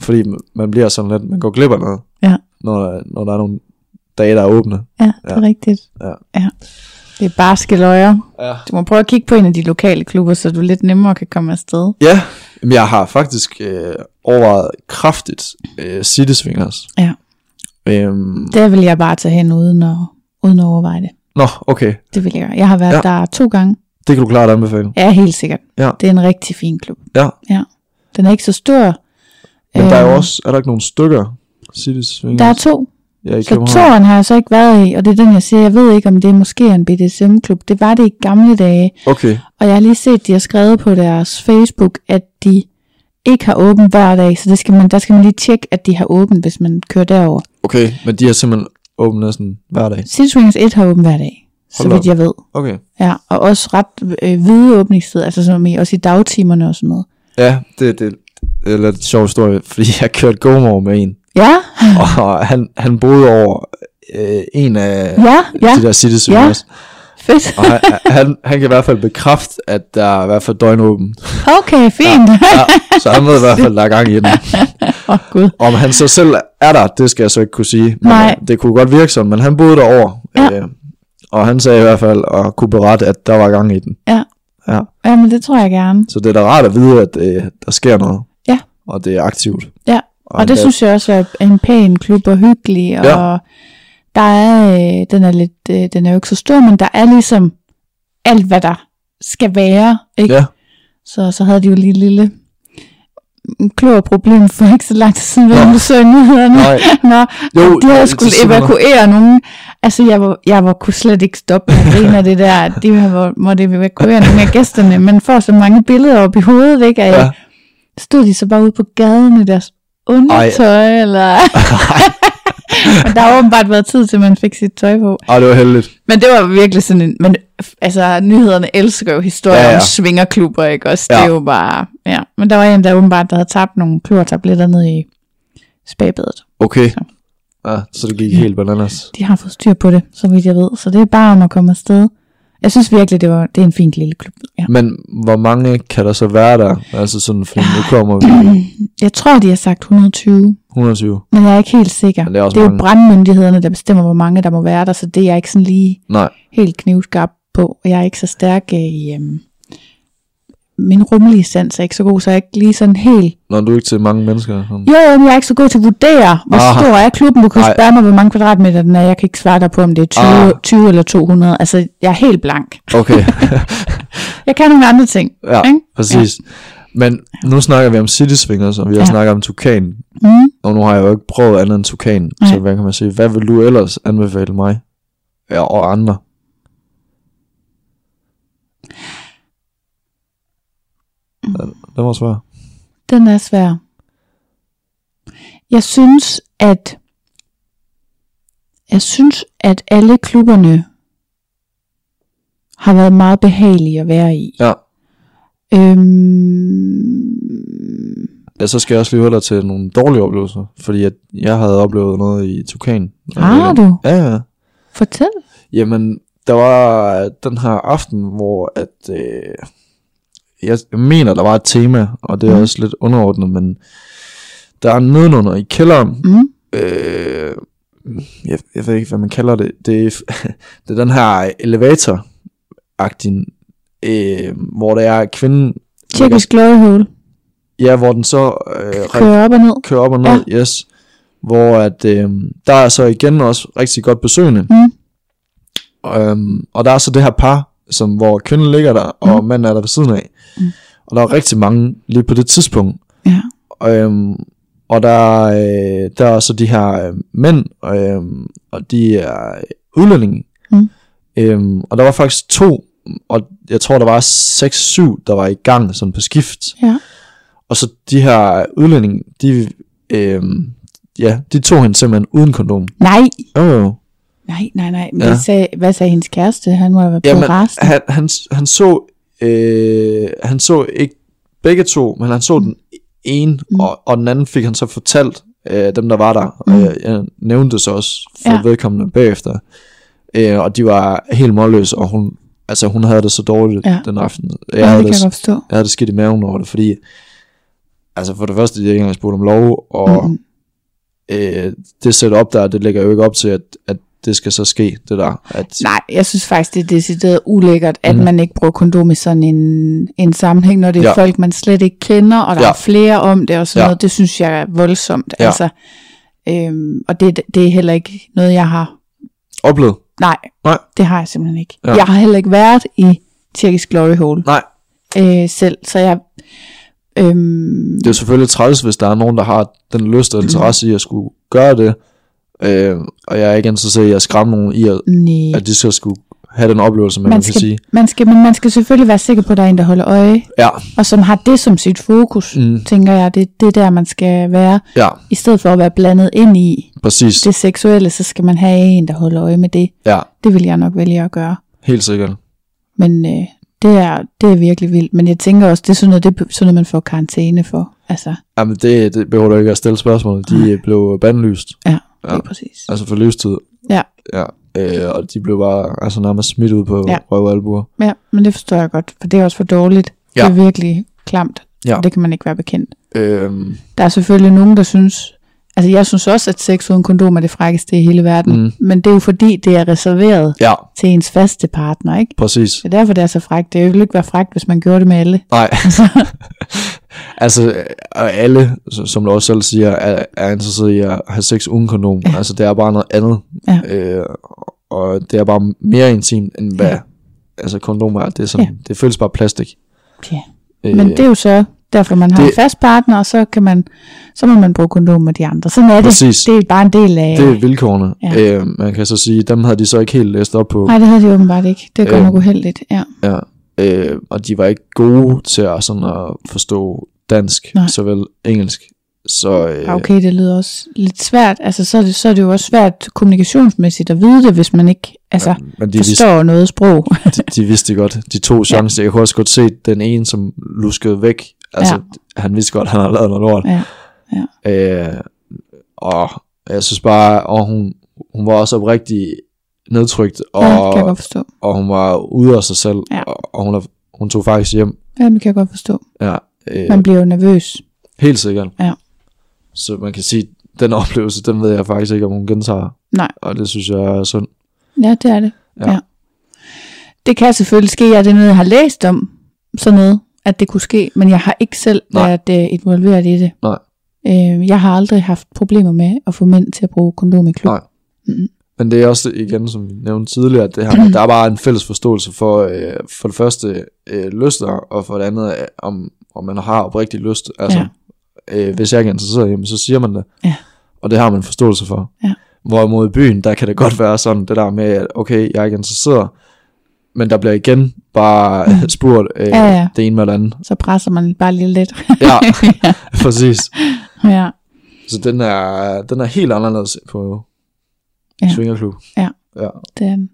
B: Fordi man bliver sådan lidt, man går glip af noget,
A: Ja.
B: når, når der er nogle dage, der er åbne.
A: Ja, det er rigtigt.
B: Ja.
A: ja. Det er barske løjer.
B: Ja.
A: Du må prøve at kigge på en af de lokale klubber, så du lidt nemmere kan komme afsted.
B: Ja, men jeg har faktisk øh, overvejet kraftigt øh, City Swingers.
A: Ja.
B: Øhm,
A: Der vil jeg bare tage hen uden at, uden at overveje det.
B: nå, okay.
A: Det vil jeg gøre. Jeg har været ja.
B: Ja.
A: der to gange.
B: Det kan du klart anbefale.
A: Ja, helt sikkert.
B: Ja.
A: Det er en rigtig fin klub.
B: Ja.
A: ja. Den er ikke så stor.
B: Men der er jo
A: Øhm,
B: også, er der ikke nogle stykker City Swingers?
A: Der er to.
B: ja, i
A: Så
B: København.
A: toren har jeg så ikke været i, og det er den, jeg siger, jeg ved ikke, om det er måske er en BDSM-klub. Det var det i gamle dage,
B: Okay,
A: og jeg har lige set, de har skrevet på deres Facebook, at de ikke har åben hver dag, så det skal man, der skal man lige tjekke, at de har åben, hvis man kører derover.
B: okay. Men de er simpelthen åbne næsten hver dag.
A: City Swings 1 har åben hver dag, så
B: Hold
A: vidt
B: op.
A: jeg ved.
B: Okay.
A: Ja, og også ret øh, hvide åbningstider, altså som i, også i dagtimerne og sådan noget.
B: Ja, det, det, det er lidt en sjov historie, fordi jeg kørte GoMore med en,
A: Ja, [laughs]
B: og han, han boede over øh, en af
A: ja, ja,
B: de der City Swingers.
A: fedt.
B: Og han, han, han kan i hvert fald bekræfte, at der er i hvert fald døgnåben.
A: [laughs] Okay, fint.
B: Ja, så han ved i hvert fald, der er gang i den.
A: [laughs] Åh, oh, gud.
B: Om han så selv er der, det skal jeg så ikke kunne sige. Men
A: Nej.
B: øh, Det kunne godt virke som, men han boede derovre.
A: Ja.
B: Øh, og han sagde i hvert fald, og kunne berette, at der var gang i den.
A: Ja.
B: ja.
A: Ja, men det tror jeg gerne.
B: Så det er da rart at vide, at øh, der sker noget.
A: Ja.
B: Og det er aktivt.
A: Ja,
B: Og
A: Og det
B: endda-
A: synes jeg også er en pæn klub og hyggelig, og ja.
B: Ja.
A: der er, øh, den er lidt, øh, den er jo ikke så stor, men der er ligesom alt, hvad der skal være, ikke?
B: Ja.
A: Så, så havde de jo lige et lille en klog problem for ikke så lang tid siden, hvordan
B: Nå.
A: du så nyhederne.
B: Nej.
A: [laughs] Nå,
B: Jo,
A: jo, de havde
B: det
A: skulle
B: siger mig noget.
A: evakuere nogen. Altså, jeg, var, jeg var, kunne slet ikke stoppe med at grine af det der. at De var, måtte
B: [laughs]
A: evakuere nogle af gæsterne. Man får så mange billeder op i hovedet, ikke? Og
B: Ja.
A: ja. stod de så bare ude på gaden i deres undertøj, Ej.
B: [laughs]
A: eller... [laughs] Men der har åbenbart været tid til, man fik sit tøj på.
B: Ej, det var heldigt.
A: Men det var virkelig sådan en... Men, f- altså, nyhederne elsker jo historier ja,
B: Ja,
A: ja.
B: ja.
A: om svingerklubber, ikke også? Det
B: Ja.
A: er jo bare... Ja. Men der var en, der åbenbart der havde tabt nogle klortabletter ned i spagbadet.
B: Okay. Ja, så det gik helt bananas.
A: De har fået styr på det, så vidt jeg ved. Så det er bare om at komme afsted. Jeg synes virkelig, det, var, det er en fin lille klub. Ja.
B: Men hvor mange kan der så være der? Altså sådan, fordi nu kommer
A: [clears throat]
B: vi
A: Jeg tror, de har sagt 120,
B: 120.
A: men jeg er ikke helt sikker.
B: Men det er også
A: det er jo
B: mange.
A: brandmyndighederne, der bestemmer, hvor mange der må være der, så det er jeg ikke sådan lige
B: Nej,
A: helt knivskarp på. Jeg er ikke så stærk øh, i... Øhm, min rummelige sans er ikke så god, så jeg er ikke lige sådan helt
B: når du er ikke til mange mennesker. Sådan.
A: Jo, jo, men jeg er ikke så god til at vurdere, hvor Aha.
B: Aha.
A: stor er klubben. Du kan
B: Nej.
A: spørge mig, hvor mange kvadratmeter den er. Jeg kan ikke svare dig på, om det er 20,
B: Ah.
A: 20 eller 200. Altså, jeg er helt blank. [laughs]
B: Okay,
A: Jeg kan nogle andre ting.
B: ja,
A: Ikke?
B: præcis. Men nu snakker vi om City Swingers, og vi har
A: Ja.
B: ja. snakket om Tukan.
A: Mm.
B: Og nu har jeg jo ikke prøvet andet end Tukan,
A: Nej.
B: så hvad kan man sige? Hvad vil du ellers anbefale mig? Ja, og andre.
A: Mm.
B: Ja, Det var svært.
A: Den er svær. Jeg synes, at jeg synes, at alle klubberne har været meget behagelige at være i.
B: Ja.
A: Øhm,
B: ja, så skal jeg også lige høre dig til nogle dårlige oplevelser, fordi at jeg havde oplevet noget i Tukan.
A: har du?
B: Ja, ja.
A: Fortæl.
B: Jamen, der var den her aften, hvor at, øh, jeg mener, der var et tema, og det er
A: Mm.
B: mm. også lidt underordnet, men der er nedenunder i kælderen,
A: Mm.
B: øh, jeg, jeg ved ikke, hvad man kalder det, det er, [laughs] det er den her elevator øh, hvor der er kvinden,
A: Tjekkisk gloryhole.
B: ja, hvor den så øh,
A: Kører op og ned.
B: kører op og ned, ja. yes. Hvor at, øh, der er så igen også rigtig godt besøgende.
A: Mm.
B: Øhm, og der er så det her par, som, hvor kvinden ligger der, og manden er der ved siden af.
A: Mm.
B: Og der er rigtig mange lige på det tidspunkt.
A: Ja.
B: Øhm, og der, er, øh, der er så de her øh, mænd, øh, og de er udlændinge.
A: Mm.
B: Øhm, og der var faktisk to, og jeg tror, der var 6-7, der var i gang sådan på skift.
A: Ja.
B: Og så de her udlændinge, de, øh, ja, de tog hende simpelthen uden kondom.
A: Nej,
B: Jo, jo.
A: Nej, nej, nej. Men ja.
B: Ja.
A: hvad, sagde, hvad sagde hendes kæreste? Han må have været Jamen, på resten.
B: han, han, han, så, øh, han så ikke begge to, men han så den ene,
A: Mm.
B: mm. og, og den anden fik han så fortalt, øh, dem der var der, mm. og
A: Mm.
B: jeg, jeg nævnte det så også for
A: Ja.
B: ja. vedkommende bagefter, øh, og de var helt målløse, og hun, altså, hun havde det så dårligt
A: Ja.
B: ja. den aften.
A: Ja,
B: Jeg
A: det
B: havde
A: kan
B: det,
A: jeg godt forstå.
B: jeg havde det skidt i maven over det, fordi altså for det første, de har ikke engang spurgt om lov, og
A: Mhm.
B: mm. øh, det setup der, det lægger jo ikke op til, at, at det skal så ske, det der. At,
A: Nej, jeg synes faktisk, det er decideret ulækkert, at mm.
B: Mhm.
A: man ikke bruger kondom i sådan en, en sammenhæng, når det er ja.
B: Ja.
A: folk, man slet ikke kender, og der ja.
B: Ja.
A: er flere om det og sådan ja.
B: Ja.
A: noget. Det synes jeg er voldsomt. Ja.
B: Ja.
A: Altså, øhm, og det, det er heller ikke noget, jeg har.
B: Oplevet?
A: Nej,
B: Nej.
A: det har jeg simpelthen ikke. Ja.
B: Ja.
A: Jeg har heller ikke været i Tjekkisk Glory Hole
B: Nej.
A: øh, selv, så jeg... Øhm,
B: Det er jo selvfølgelig træls, hvis der er nogen, der har den lyst
A: Mm-hmm.
B: og interesse i at skulle gøre det, øh, og jeg er ikke interesseret i at skræmme nogen i, at,
A: nej.
B: at de skal skulle have den oplevelse,
A: Mm-hmm.
B: man,
A: man
B: man kan
A: skal,
B: sige.
A: man skal, men man skal selvfølgelig være sikker på, at der er en, der holder øje,
B: Ja,
A: og som har det som sit fokus, mm.
B: mm,
A: tænker jeg, det det er der, man skal være.
B: ja,
A: I stedet for at være blandet ind i
B: præcis.
A: det seksuelle, så skal man have en, der holder øje med det.
B: Ja,
A: Det vil jeg nok vælge at gøre.
B: helt sikkert.
A: Men øh, det, er, det er virkelig vildt. Men jeg tænker også, det er sådan noget, det er sådan noget man får karantæne for. Altså,
B: Jamen, det, det behøver du ikke at stille spørgsmål. De øh, blev bandlyst,
A: ja, ja.
B: Ja.
A: lige præcis.
B: altså for livstid.
A: Ja.
B: ja. Øh, og de blev bare altså, nærmest smidt ud på
A: Ja.
B: ja. røvalbuer.
A: Ja, men det forstår jeg godt, for det er også for dårligt. Ja.
B: Ja.
A: Det er virkelig klamt.
B: Ja.
A: og Det kan man ikke være bekendt.
B: Øhm,
A: Der er selvfølgelig nogen, der synes, altså jeg synes også, at sex uden kondom er det frækkeste i hele verden, mm.
B: Mm.
A: men det er jo fordi, det er reserveret
B: ja,
A: til ens faste partner, ikke?
B: præcis.
A: Det er derfor, det er så frækt. Det ville ikke være frækt, hvis man gjorde det med alle.
B: Nej. [laughs] altså, og alle, så- som du også selv siger, er, er interesseret i at have sex uden kondom.
A: Ja.
B: Ja. Altså, det er bare noget andet.
A: Ja.
B: Øh, og det er bare mere intimt, end hvad
A: Ja.
B: ja. altså, kondom er. Det, er sådan, ja. det føles bare plastik.
A: Ja. Men det er jo så Derfor man har
B: Det-
A: en fast partner, og så, kan man, så må man bruge kondom med de andre. Sådan er
B: Præcis.
A: det. Det er bare en del af...
B: Det er vilkårene.
A: Ja.
B: Ja. Øh, man kan så sige, dem havde de så ikke helt læst op på.
A: Nej, det havde de åbenbart ikke. Det er godt
B: Øhm.
A: nok uheldigt. Ja.
B: Ja. Øh, og de var ikke gode til at, sådan at forstå dansk,
A: Nej.
B: såvel engelsk. Så øh,
A: Ah, Okay, det lyder også lidt svært. Altså, så er, det, så er det jo også svært kommunikationsmæssigt at vide det, hvis man ikke altså,
B: men de, vidste,
A: forstår noget sprog. [laughs]
B: de, de vidste det godt. De to chancer. Jeg kunne også godt se den ene, som luskede væk. Altså, ja. han vidste godt, han havde lavet noget lort.
A: ja.
B: Øh, og jeg synes bare, og hun, hun var også oprigtig nedtrykt, og,
A: ja, det kan jeg godt forstå.
B: og hun var ude af sig selv,
A: Ja.
B: og, og hun, er, hun tog faktisk hjem.
A: Ja, det kan jeg godt forstå.
B: Ja, øh,
A: Man bliver jo nervøs.
B: Helt sikkert.
A: Ja.
B: Så man kan sige, den oplevelse, den ved jeg faktisk ikke, om hun gentager.
A: Nej.
B: Og det synes jeg er synd.
A: Ja, det er det.
B: Ja.
A: Det kan selvfølgelig ske, at det er noget, jeg har læst om, sådan noget, at det kunne ske, men jeg har ikke selv
B: Nej.
A: været øh, involveret i det.
B: Nej.
A: Øh, jeg har aldrig haft problemer med at få mænd til at bruge kondom i klub.
B: Nej. Men det er også igen, som vi nævnte tidligere, at det her, med, at der er bare en fælles forståelse for, øh, for det første øh, lyster, og for det andet, øh, om, om man har oprigtig lyst. Altså, ja. øh, hvis jeg ikke er interesseret, jamen, så siger man det.
A: Ja.
B: Og det har man en forståelse for.
A: Ja.
B: Hvorimod i byen, der kan det godt være sådan, det der med, at okay, jeg er ikke interesseret, men der bliver igen bare
A: Mhm.
B: spurgt øh,
A: Ja, ja.
B: det ene med det andet.
A: Så presser man bare lige lidt. [laughs]
B: Ja, [laughs] præcis.
A: ja.
B: Så den er, den er helt anderledes på
A: Ja.
B: ja. Swingerklub.
A: Ja.
B: ja.
A: Det er den.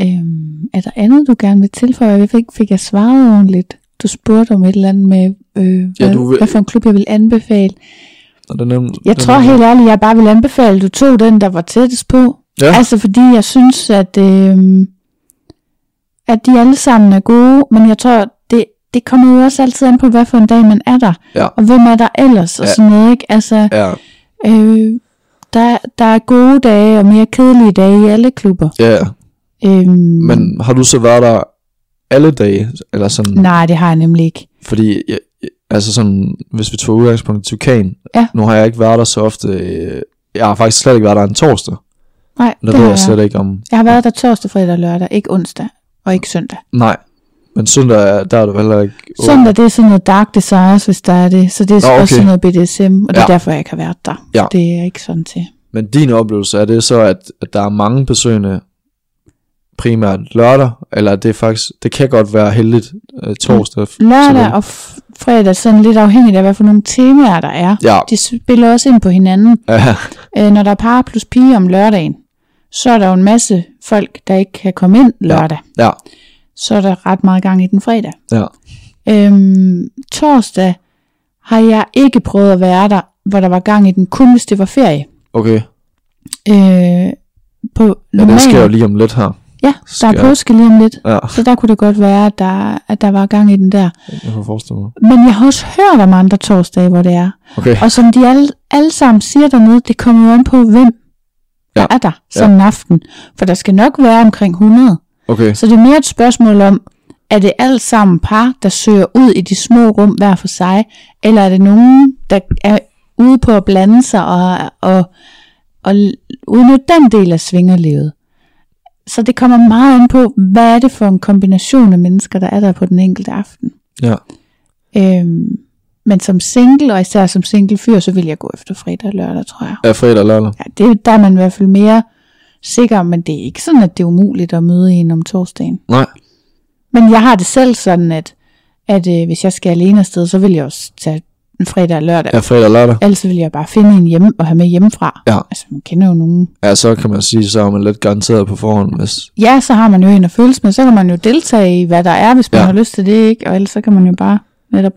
A: Øhm, er der andet, du gerne vil tilføje? Jeg fik, fik jeg svaret ordentligt. Du spurgte om et eller andet med, øh, hvad, ja,
B: du
A: du
B: vil-
A: hvad for en klub jeg vil anbefale.
B: Og den er, nem-
A: Jeg
B: den
A: tror
B: er,
A: helt ærligt, jeg bare vil anbefale, at du tog den, der var tættest på.
B: Ja.
A: Altså fordi jeg synes, at, øh, at de alle sammen er gode, men jeg tror, det, det kommer jo også altid an på, hvad for en dag man er der.
B: Ja.
A: Og hvem er der ellers, og
B: Ja.
A: sådan noget, ikke? Altså,
B: Ja,
A: øh, der, der er gode dage og mere kedelige dage i alle klubber.
B: ja, ja.
A: Øhm,
B: Men har du så været der alle dage? Eller sådan,
A: Nej, det har jeg nemlig ikke.
B: fordi, jeg, jeg- altså sådan, hvis vi tog udgangspunkt i Tukan,
A: Ja.
B: nu har jeg ikke været der så ofte. øh, Jeg har faktisk slet ikke været der en torsdag.
A: Nej,
B: Det,
A: det
B: ved
A: har
B: jeg
A: jeg.
B: slet ikke om.
A: Jeg har været der torsdag, fredag og lørdag, ikke onsdag og ikke søndag.
B: Nej. Men søndag, er- der er du heller ikke... åben.
A: Søndag, det er sådan noget dark desires, hvis der er det. Så det er
B: Nå,
A: Nå, okay. også
B: okay.
A: sådan noget BDSM, og det er
B: Ja.
A: derfor, jeg ikke har været der.
B: Ja.
A: Det er jeg ikke sådan til.
B: Men din oplevelse, er det så, at, at der er mange besøgende primært lørdag, eller er det faktisk, det kan godt være heldigt øh, torsdag? f-
A: Lørdag
B: såvel?
A: og f- fredag, sådan lidt afhængigt af, hvad for nogle temaer der er.
B: Ja, [laughs]
A: De spiller også ind på hinanden.
B: ja,
A: Øh, når der er par plus piger om lørdagen, så er der jo en masse folk, der ikke kan komme ind lørdag.
B: ja,
A: Så er der ret meget gang i den fredag.
B: ja,
A: Øhm, torsdag har jeg ikke prøvet at være der, hvor der var gang i den, kun hvis det var ferie.
B: okay.
A: Øh, på
B: Ja, det
A: normale-
B: sker jo lige om lidt her.
A: Ja, der
B: sker-
A: er påske lige om lidt.
B: Ja,
A: Så der kunne det godt være, at der, at der var gang i den der.
B: jeg kan forestille mig.
A: Men jeg har også hørt om andre torsdage, hvor det er.
B: Okay,
A: Og som de alle, alle sammen siger dernede, det kommer jo an på, hvem der
B: Ja.
A: er der sådan en aften. For der skal nok være omkring 100.
B: okay,
A: Så det er mere et spørgsmål om, er det alt sammen par, der søger ud i de små rum hver for sig, eller er det nogen, der er ude på at blande sig og, og, og l- udnytte den del af svingerlivet? Så det kommer meget an på, hvad er det for en kombination af mennesker, der er der på den enkelte aften.
B: ja.
A: Øhm, men som single, og især som single fyr, så vil jeg gå efter fredag og lørdag, tror jeg.
B: Ja, fredag og lørdag.
A: Ja, det, der er man i hvert fald mere sikker, men det er ikke sådan, at det er umuligt at møde en om torsdagen.
B: Nej,
A: Men jeg har det selv sådan, at, at øh, hvis jeg skal alene afsted, så vil jeg også tage en fredag og lørdag.
B: ja,
A: Ja.
B: fredag og lørdag.
A: Ellers vil jeg bare finde en hjemme og have med hjemmefra.
B: Ja.
A: Altså, man kender jo nogen.
B: Ja, så kan man sige, så er man lidt garanteret på forhånd, hvis...
A: Ja, så har man jo en at føles med, så kan man jo deltage i, hvad der er, hvis man
B: Ja.
A: ja. har lyst til det, ikke? Og ellers så kan man jo bare netop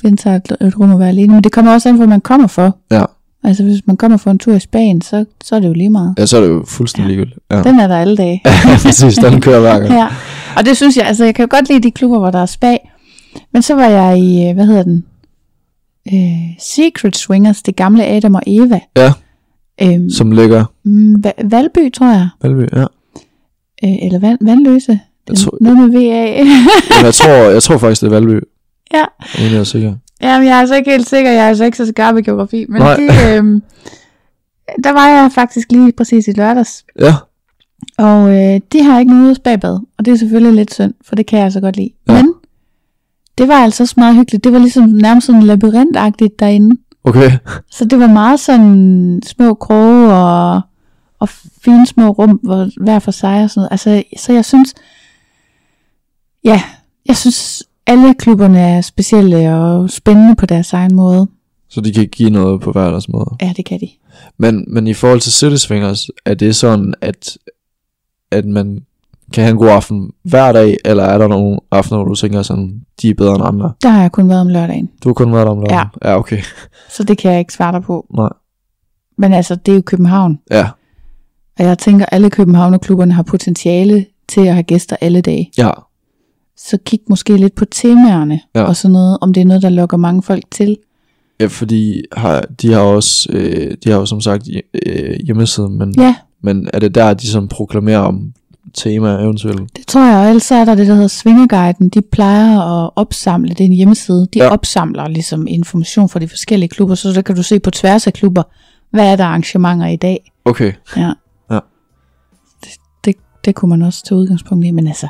A: finde sig et, et rum at være alene. Men det kommer også an på, hvad man kommer for.
B: Ja,
A: Altså, hvis man kommer for en tur i Spanien, så, så er det jo lige meget.
B: ja så er det jo fuldstændig ligegyldigt. Ja, [laughs]
A: Den er der alle dage.
B: præcis, den kører hver gang.
A: Ja, og det synes jeg, altså jeg kan jo godt lide de klubber, hvor der er spa. Men så var jeg i, øh, hvad hedder den? Øh, Secret Swingers, det gamle Adam og Eva.
B: Ja,
A: Øhm,
B: som ligger...
A: mm, Va- Valby, tror jeg.
B: Valby, ja.
A: Øh, eller Van- Vandløse.
B: Jeg tror,
A: Noget med VA.
B: Jamen, jeg, tror, jeg tror faktisk, det er Valby.
A: ja.
B: Uden jeg er sikker.
A: [laughs] Jamen, jeg er altså ikke helt sikker. Jeg er altså ikke så skarp i geografi. Men
B: Nej.
A: de, øhm, der var jeg faktisk lige præcis i lørdags.
B: Ja,
A: Og øh, de har ikke noget spagbad, og det er selvfølgelig lidt synd, for det kan jeg så altså godt lide.
B: Ja.
A: Ja. Men Det var altså også meget hyggeligt. Det var ligesom nærmest sådan labyrintagtigt derinde.
B: Okay.
A: Så det var meget sådan små kroge og, og fine små rum, hvor hver for sig og sådan noget. Altså, så jeg synes, ja, jeg synes, alle klubberne er specielle og spændende på deres egen måde.
B: Så de kan give noget på hver deres måde.
A: Ja, det kan de.
B: Men, men i forhold til City Swingers, er det sådan, at, at man kan have en god aften hver dag, eller er der nogle aftener, hvor du tænker sådan, de er bedre end andre?
A: Der har jeg kun været om lørdagen,
B: Du har kun været der om lørdagen. Ja. ja, okay.
A: så det kan jeg ikke svare dig på.
B: Nej.
A: Men altså, det er jo København.
B: Ja,
A: Og jeg tænker, alle Københavnerklubberne har potentiale til at have gæster alle dage.
B: ja,
A: Så kig måske lidt på temaerne
B: Ja.
A: ja. og sådan noget, om det er noget, der lokker mange folk til.
B: ja fordi har, de har også, øh, de har jo som sagt hje- øh, hjemmeside, men,
A: Ja,
B: men er det der, de som proklamerer om temaer eventuelt?
A: det tror jeg. Og ellers så er der det, der hedder Svingerguiden. De plejer at opsamle, det er en hjemmeside, de
B: Ja.
A: ja. opsamler ligesom information fra de forskellige klubber, så der kan du se på tværs af klubber, hvad er der arrangementer i dag.
B: Okay,
A: Ja.
B: Ja.
A: Det, det, det kunne man også tage udgangspunkt i, men altså,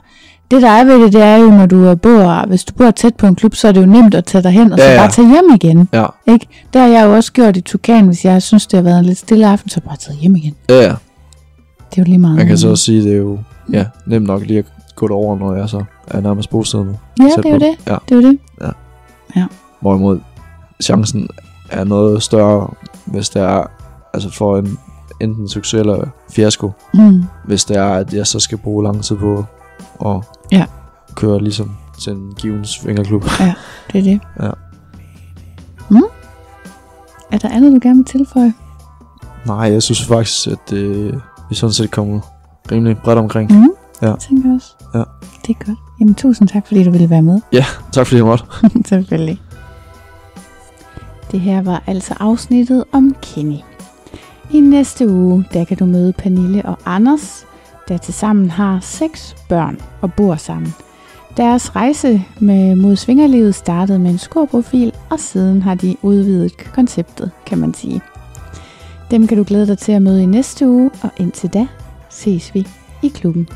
A: det der er ved det, det er jo, når du bor, hvis du bor tæt på en klub, så er det jo nemt at tage dig hen, og så
B: Ja,
A: ja,
B: ja.
A: ja. bare tage hjem igen.
B: ja,
A: Ikke? Det har jeg jo også gjort i Tukan, hvis jeg synes, det har været en lidt stille aften, så bare tage hjem igen.
B: ja, ja.
A: Det er jo lige meget.
B: Man kan så også sige, det er jo ja, nemt nok lige at gå derover, når jeg så er nærmest bosiddende.
A: Ja,
B: Tæt
A: det er jo
B: på.
A: det.
B: Ja.
A: Det er jo det.
B: Hvorimod chancen er noget større, hvis der er altså for en enten succes eller fiasko,
A: Mm.
B: hvis det er, at jeg så skal bruge lang tid på at
A: Ja.
B: køre ligesom til en given svingerklub.
A: Det er det.
B: Ja.
A: Mm. Er der andet, du gerne vil tilføje?
B: [laughs] Nej, jeg synes faktisk, at øh, vi sådan set kommer rimelig bredt omkring.
A: Mm.
B: Ja.
A: Jeg tænker også.
B: Ja.
A: Det er godt. Jamen, tusind tak, fordi du ville være med.
B: Tak fordi jeg måtte.
A: [laughs] Selvfølgelig. Det her var altså afsnittet om Kenny. I næste uge, der kan du møde Pernille og Anders, der tilsammen har seks børn og bor sammen. Deres rejse med mod svingerlivet startede med en skorprofil, og siden har de udvidet konceptet, kan man sige. Dem kan du glæde dig til at møde i næste uge, og indtil da ses vi i klubben.